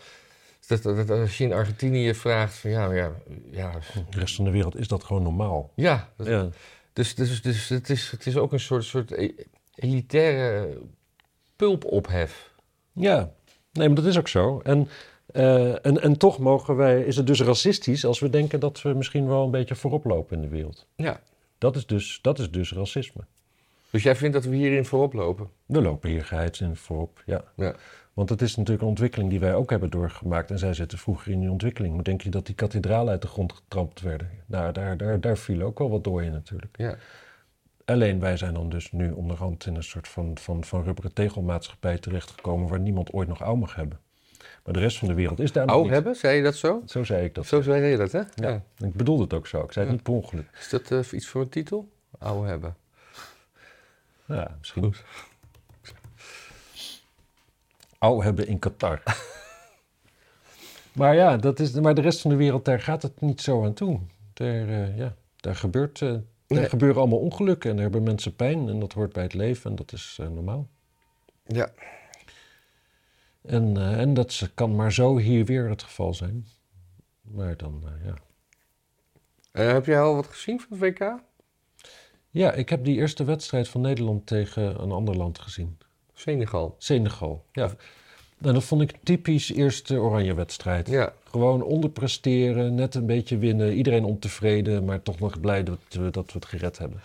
B: Dus Dat, dat, dat als je in Argentinië vraagt van ja, maar ja, ja,
A: De rest van de wereld is dat gewoon normaal.
B: ja. dat-
A: Ja.
B: Dus, dus, dus het, is, het is ook een soort, soort e- elitaire pulpophef.
A: Ja, nee, maar dat is ook zo. En, eh, en, en toch mogen wij, is het dus racistisch als we denken dat we misschien wel een beetje voorop lopen in de wereld.
B: Ja.
A: Dat is dus, dat is dus racisme.
B: Dus jij vindt dat we hierin voorop lopen?
A: We lopen hier geheidszin voorop, ja.
B: Ja.
A: Want het is natuurlijk een ontwikkeling die wij ook hebben doorgemaakt. En zij zitten vroeger in die ontwikkeling. Maar denk je dat die kathedralen uit de grond getrampt werden? Nou, daar, daar, daar viel ook wel wat door in natuurlijk.
B: ja.
A: Alleen wij zijn dan dus nu onderhand in een soort van, van, van rubberen tegelmaatschappij terechtgekomen... waar niemand ooit nog ouw mag hebben. Maar de rest van de wereld is daar nog
B: Ouw
A: niet.
B: hebben, zei je dat zo?
A: Zo zei ik dat.
B: Zo zei je dat, hè? Ja.
A: Ik bedoelde het ook zo. Ik zei het
B: Ja.
A: niet per ongeluk.
B: Is dat eh, iets voor een titel? Ouw hebben.
A: Ja, misschien. Ouw hebben in Qatar. maar ja, dat is, maar de rest van de wereld, daar gaat het niet zo aan toe. Daar, eh, ja, daar, gebeurt, eh,
B: Nee.
A: daar gebeuren allemaal ongelukken en daar hebben mensen pijn. En dat hoort bij het leven en dat is eh, normaal.
B: Ja.
A: En, eh, en dat ze- kan maar zo hier weer het geval zijn. Maar dan, eh, ja.
B: Eh, heb jij al wat gezien van het WK?
A: Ja, ik heb die eerste wedstrijd van Nederland tegen een ander land gezien.
B: Senegal.
A: Senegal, ja. En dat vond ik typisch eerste oranje wedstrijd.
B: Ja.
A: Gewoon onderpresteren, net een beetje winnen. Iedereen ontevreden, maar toch nog blij dat we, dat we het gered hebben.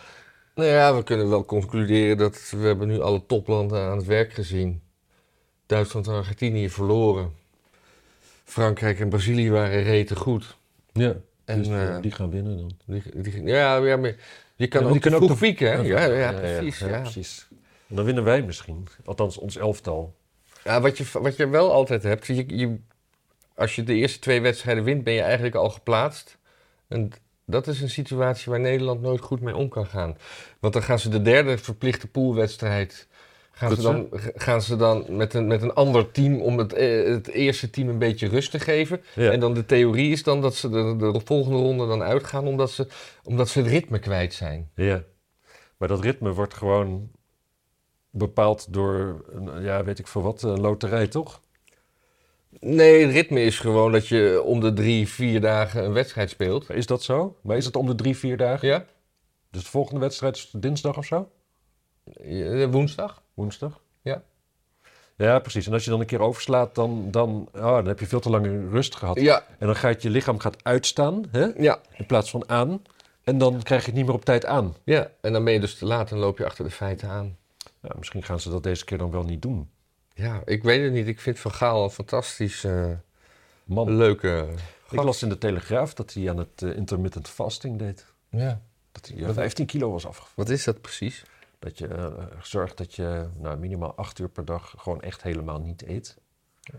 B: Nou ja, we kunnen wel concluderen dat we hebben nu alle toplanden aan het werk gezien. Duitsland en Argentinië verloren. Frankrijk en Brazilië waren reten goed.
A: Ja.
B: En,
A: dus eh,
B: eh,
A: die gaan winnen dan.
B: Die, die, ja, ja, maar je kan
A: Ja, maar die
B: ook te
A: kunnen ook
B: vroeg
A: te-
B: pieken, hè? Ja, ja, precies.
A: ja,
B: Ja,
A: precies. En dan winnen wij misschien. Althans, ons elftal.
B: Ja, wat, je, wat je wel altijd hebt, je, je, als je de eerste twee wedstrijden wint, ben je eigenlijk al geplaatst. En dat is een situatie waar Nederland nooit goed mee om kan gaan. Want dan gaan ze de derde verplichte poolwedstrijd. Gaan ze, dan,
A: Kutsen.
B: g- gaan ze dan met een, met een ander team om het, eh, het eerste team een beetje rust te geven.
A: Ja.
B: En dan de theorie is dan dat ze de, de volgende ronde dan uitgaan omdat ze, omdat ze het ritme kwijt zijn.
A: Ja. Maar dat ritme wordt gewoon bepaald door, een- ja, weet ik veel wat, een loterij toch?
B: Nee, het ritme is gewoon dat je om de drie, vier dagen een wedstrijd speelt.
A: Maar Is dat zo? Maar is het om de drie, vier dagen?
B: Ja?
A: Dus de volgende wedstrijd is dinsdag of zo?
B: Ja, Eh, Woensdag?
A: Woensdag?
B: Ja.
A: Ja, precies. En als je dan een keer overslaat, dan, dan, oh, dan heb je veel te lang rust gehad.
B: Ja,
A: En dan gaat je lichaam gaat uitstaan, hè?
B: ja,
A: in plaats van aan. En dan krijg je het niet meer op tijd aan.
B: ja. En dan ben je dus te laat en loop je achter de feiten aan.
A: Ja, misschien gaan ze dat deze keer dan wel niet doen.
B: Ja, ik weet het niet. Ik vind Van Gaal een fantastisch eh,
A: Man,
B: leuke
A: ik las in de Telegraaf dat hij aan het eh, intermittent fasting deed.
B: Ja.
A: Dat hij eh, 15 kilo was afgevallen.
B: Wat is dat precies?
A: Dat je eh, zorgt dat je nou, minimaal 8 uur per dag gewoon echt helemaal niet eet.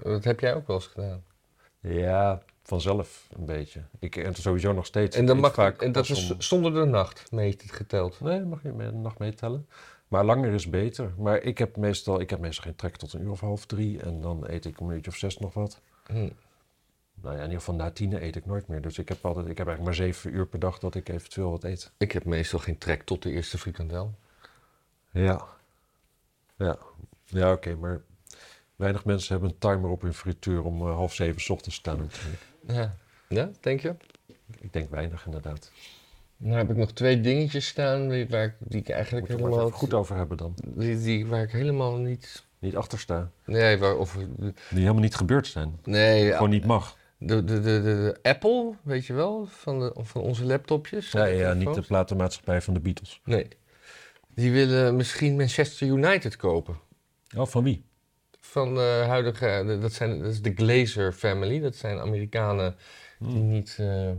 B: Dat heb jij ook wel eens gedaan.
A: Ja, vanzelf een beetje. Ik en sowieso nog steeds.
B: En,
A: Ik
B: dan
A: eet
B: mag,
A: vaak
B: en dat
A: pas
B: is
A: om-
B: zonder de nacht mee geteld.
A: Nee, mag je me- nog meetellen. Maar langer is beter. Maar ik heb meestal, ik heb meestal geen trek tot een uur of half drie. En dan eet ik een uurtje of zes nog wat.
B: Hm.
A: Nou ja, in ieder geval na tienen eet ik nooit meer. Dus ik heb, altijd, ik heb eigenlijk maar zeven uur per dag dat ik eventueel wat eet.
B: Ik heb meestal geen trek tot de eerste frikandel.
A: Ja. Ja, ja oké. maar weinig mensen hebben een timer op hun frituur om eh, half zeven 's ochtends te staan. natuurlijk.
B: Ja. Ja, denk je?
A: Ik denk weinig inderdaad.
B: Nou heb ik nog twee dingetjes staan die- waar ik, die ik eigenlijk
A: Moet je er maar
B: helemaal...
A: even goed over hebben dan.
B: Die, die, waar ik helemaal niet
A: niet achter staan.
B: Nee, waar, of,
A: Die helemaal niet gebeurd zijn.
B: nee ja,
A: Gewoon niet mag.
B: de, de, de, de, de Apple, weet je wel, van, de, van onze laptopjes.
A: Ja, ja,
B: telefoons.
A: niet de platenmaatschappij van de Beatles.
B: Nee. Die willen misschien Manchester United kopen.
A: Oh, van wie?
B: Van de huidige, de- dat, zijn, dat is de Glazer family. Dat zijn Amerikanen die
A: Hmm.
B: niet, eh,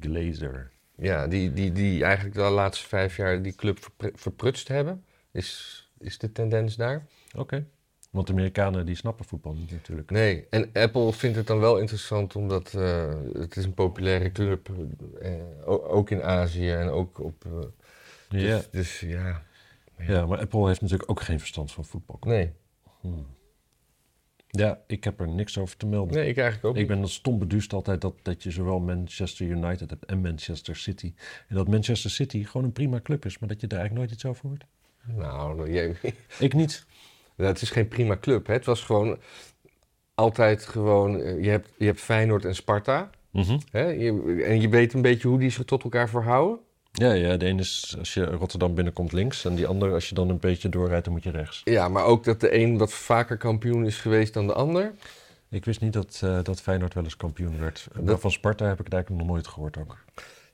A: Glazer.
B: ja, die, die, die eigenlijk de laatste vijf jaar die club verpr- verprutst hebben. Is, is de tendens daar.
A: Oké. Want de Amerikanen die snappen voetbal niet natuurlijk.
B: Nee, en Apple vindt het dan wel interessant omdat eh, het is een populaire club. eh, o- ook in Azië en ook op... eh, dus,
A: Ja.
B: dus ja,
A: ja, maar Apple heeft natuurlijk ook geen verstand van voetbal.
B: nee.
A: Hmm. Ja, ik heb er niks over te melden.
B: Nee, ik eigenlijk ook
A: Ik ben dan stom beduust altijd dat, dat je zowel Manchester United hebt en Manchester City. En dat Manchester City gewoon een prima club is, maar dat je daar eigenlijk nooit iets over hoort.
B: niet. Nou, jij,
A: Ik niet.
B: Nou, het is geen prima club. Hè? Het was gewoon altijd gewoon. eh, Je hebt, je hebt Feyenoord en Sparta.
A: Mhm.
B: Hè? Je- en je weet een beetje hoe die zich tot elkaar verhouden.
A: Ja, ja, de ene is als je Rotterdam binnenkomt links en die andere als je dan een beetje doorrijdt dan moet je rechts.
B: Ja, maar ook dat de een wat vaker kampioen is geweest dan de ander.
A: Ik wist niet dat, eh, dat Feyenoord wel eens kampioen werd. Maar
B: Dat-
A: Van Sparta heb ik het eigenlijk nog nooit gehoord ook.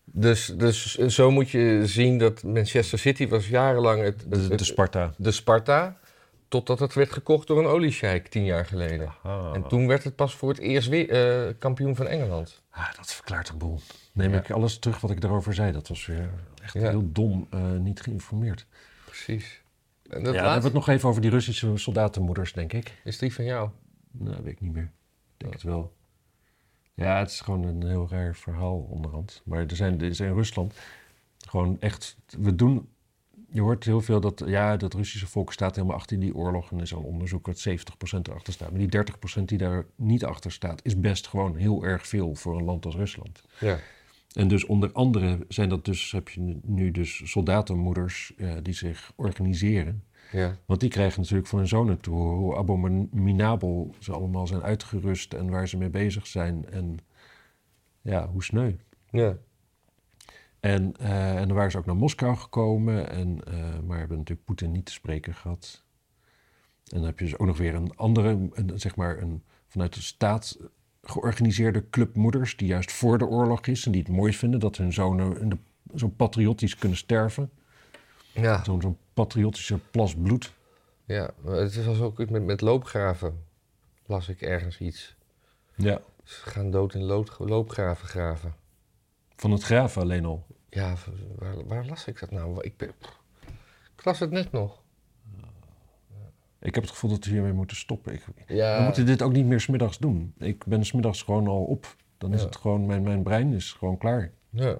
B: Dus, dus zo moet je zien dat Manchester City was jarenlang het, het-
A: De,
B: het-
A: de Sparta.
B: de Sparta. Totdat het werd gekocht door een oliesjeik tien jaar geleden.
A: Ah.
B: En toen werd het pas voor het eerst weer eh, kampioen van Engeland.
A: Ah, dat verklaart een boel. Neem
B: Ja.
A: ik alles terug wat ik daarover zei. Dat was weer echt
B: Ja.
A: heel dom, eh, niet geïnformeerd.
B: Precies. En
A: Ja, dan
B: dat
A: hebben we
B: laatste
A: het nog even over die Russische soldatenmoeders, denk ik.
B: is die van jou.
A: Nou, weet ik niet meer. Ik denk het wel. Ja, het is gewoon een heel raar verhaal onderhand. Maar er zijn, er is in Rusland gewoon echt... We doen... Je hoort heel veel dat... Ja, dat Russische volk staat helemaal achter die oorlog. En er is al onderzoek dat 70% erachter staat. Maar die 30% die daar niet achter staat... is best gewoon heel erg veel voor een land als Rusland.
B: Ja.
A: En dus onder andere zijn dat dus... heb je nu- nu dus soldatenmoeders eh, die zich organiseren...
B: ja.
A: Want die krijgen natuurlijk van hun zonen te horen hoe abominabel ze allemaal zijn uitgerust en waar ze mee bezig zijn. En ja, hoe sneu.
B: ja.
A: En, eh, en dan waren ze ook naar Moskou gekomen, en, eh, maar hebben natuurlijk Poetin niet te spreken gehad. En dan heb je dus ook nog weer een andere, een, zeg maar een vanuit de staat georganiseerde clubmoeders, die juist voor de oorlog is en die het mooi vinden dat hun zonen in de- zo patriotisch kunnen sterven.
B: ja.
A: Zo'n zo'n patriotische plas bloed.
B: Ja, maar het was ook iets met, met loopgraven. Las ik ergens iets.
A: Ja.
B: Ze gaan dood in lood, loopgraven graven.
A: Van het graven alleen al.
B: Ja, v- waar, waar las ik dat nou? Ik, ben, ik las het net nog.
A: Ik heb het gevoel dat we hiermee moeten stoppen. Ik,
B: Ja.
A: We moeten dit ook niet meer smiddags doen. Ik ben smiddags gewoon al op. Dan is
B: Ja.
A: het gewoon, mijn, mijn brein is gewoon klaar.
B: Ja. Oh,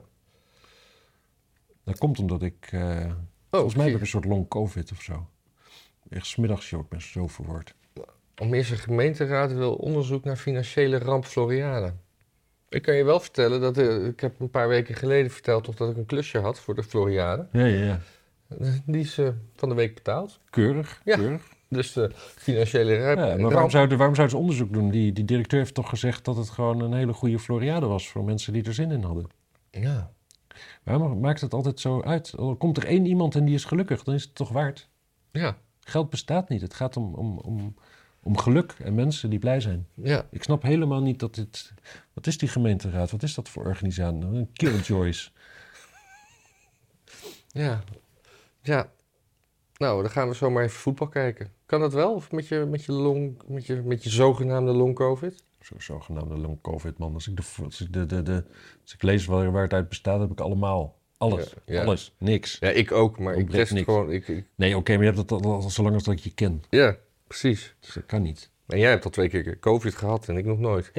A: Dat komt omdat ik, eh,
B: Oh,
A: volgens mij heb ik een soort long covid of zo. Echt smiddags, joh, ik ben zo verward.
B: Almeerse gemeenteraad wil onderzoek naar financiële ramp Floriade. Ik kan je wel vertellen dat eh, ik heb een paar weken geleden verteld toch dat ik een klusje had voor de Floriade.
A: Ja, ja, ja.
B: Die is eh, van de week betaald.
A: Keurig,
B: Ja.
A: keurig.
B: Dus de financiële ra-
A: Ja, maar waarom
B: ramp.
A: zouden, waarom zouden ze onderzoek doen? Die, die directeur heeft toch gezegd dat het gewoon een hele goede Floriade was voor mensen die er zin in hadden.
B: Ja.
A: Waarom maakt het altijd zo uit? Al Komt er één iemand en die is gelukkig, dan is het toch waard.
B: Ja.
A: Geld bestaat niet. Het gaat om, om, om, om geluk en mensen die blij zijn.
B: Ja.
A: Ik snap helemaal niet dat dit. Wat is die gemeenteraad? Wat is dat voor organisatie? Nou, Een killjoys.
B: Ja. Ja. Nou, dan gaan we zomaar even voetbal kijken. Kan dat wel? Of met je, met je, long, met je, met je zogenaamde long-covid?
A: Zo'n zogenaamde long covid man. Als ik, de, als ik, de, de, de, als ik lees waar, waar het uit bestaat, heb ik allemaal. Alles.
B: Ja, ja.
A: Alles. Niks.
B: Ja, ik ook, maar ik
A: Ontbreekt
B: test
A: niks.
B: gewoon... Ik, ik-
A: Nee, oké, maar je hebt dat al, al zolang als dat ik je ken.
B: ja, precies.
A: Dus dat kan niet.
B: En jij hebt al twee keer covid gehad en ik nog nooit.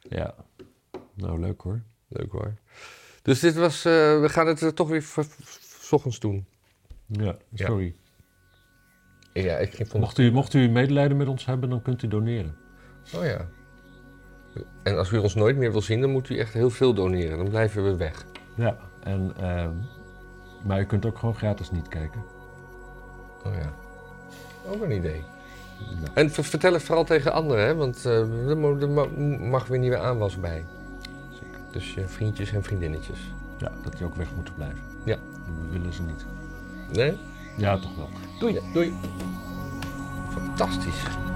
A: Ja. Nou, leuk hoor.
B: Leuk hoor. Dus dit was... eh, we gaan het eh, toch weer v- v- s ochtends doen.
A: Ja, sorry.
B: Ja, ik ging van...
A: Mocht, u, mocht u medelijden met ons hebben, dan kunt u doneren.
B: Oh ja. En als u ons nooit meer wil zien, dan moet u echt heel veel doneren. Dan blijven we weg.
A: Ja. En, ehm, maar u kunt ook gewoon gratis niet kijken.
B: Oh ja. Ook een idee. En ver- vertel het vooral tegen anderen, hè? want eh, er mo- er ma- mag weer nieuwe aanwas bij. Dus eh, vriendjes en vriendinnetjes.
A: Ja, dat die ook weg moeten blijven.
B: Ja.
A: We willen ze niet.
B: Nee?
A: Ja, toch wel.
B: Doei. Doei. fantastisch.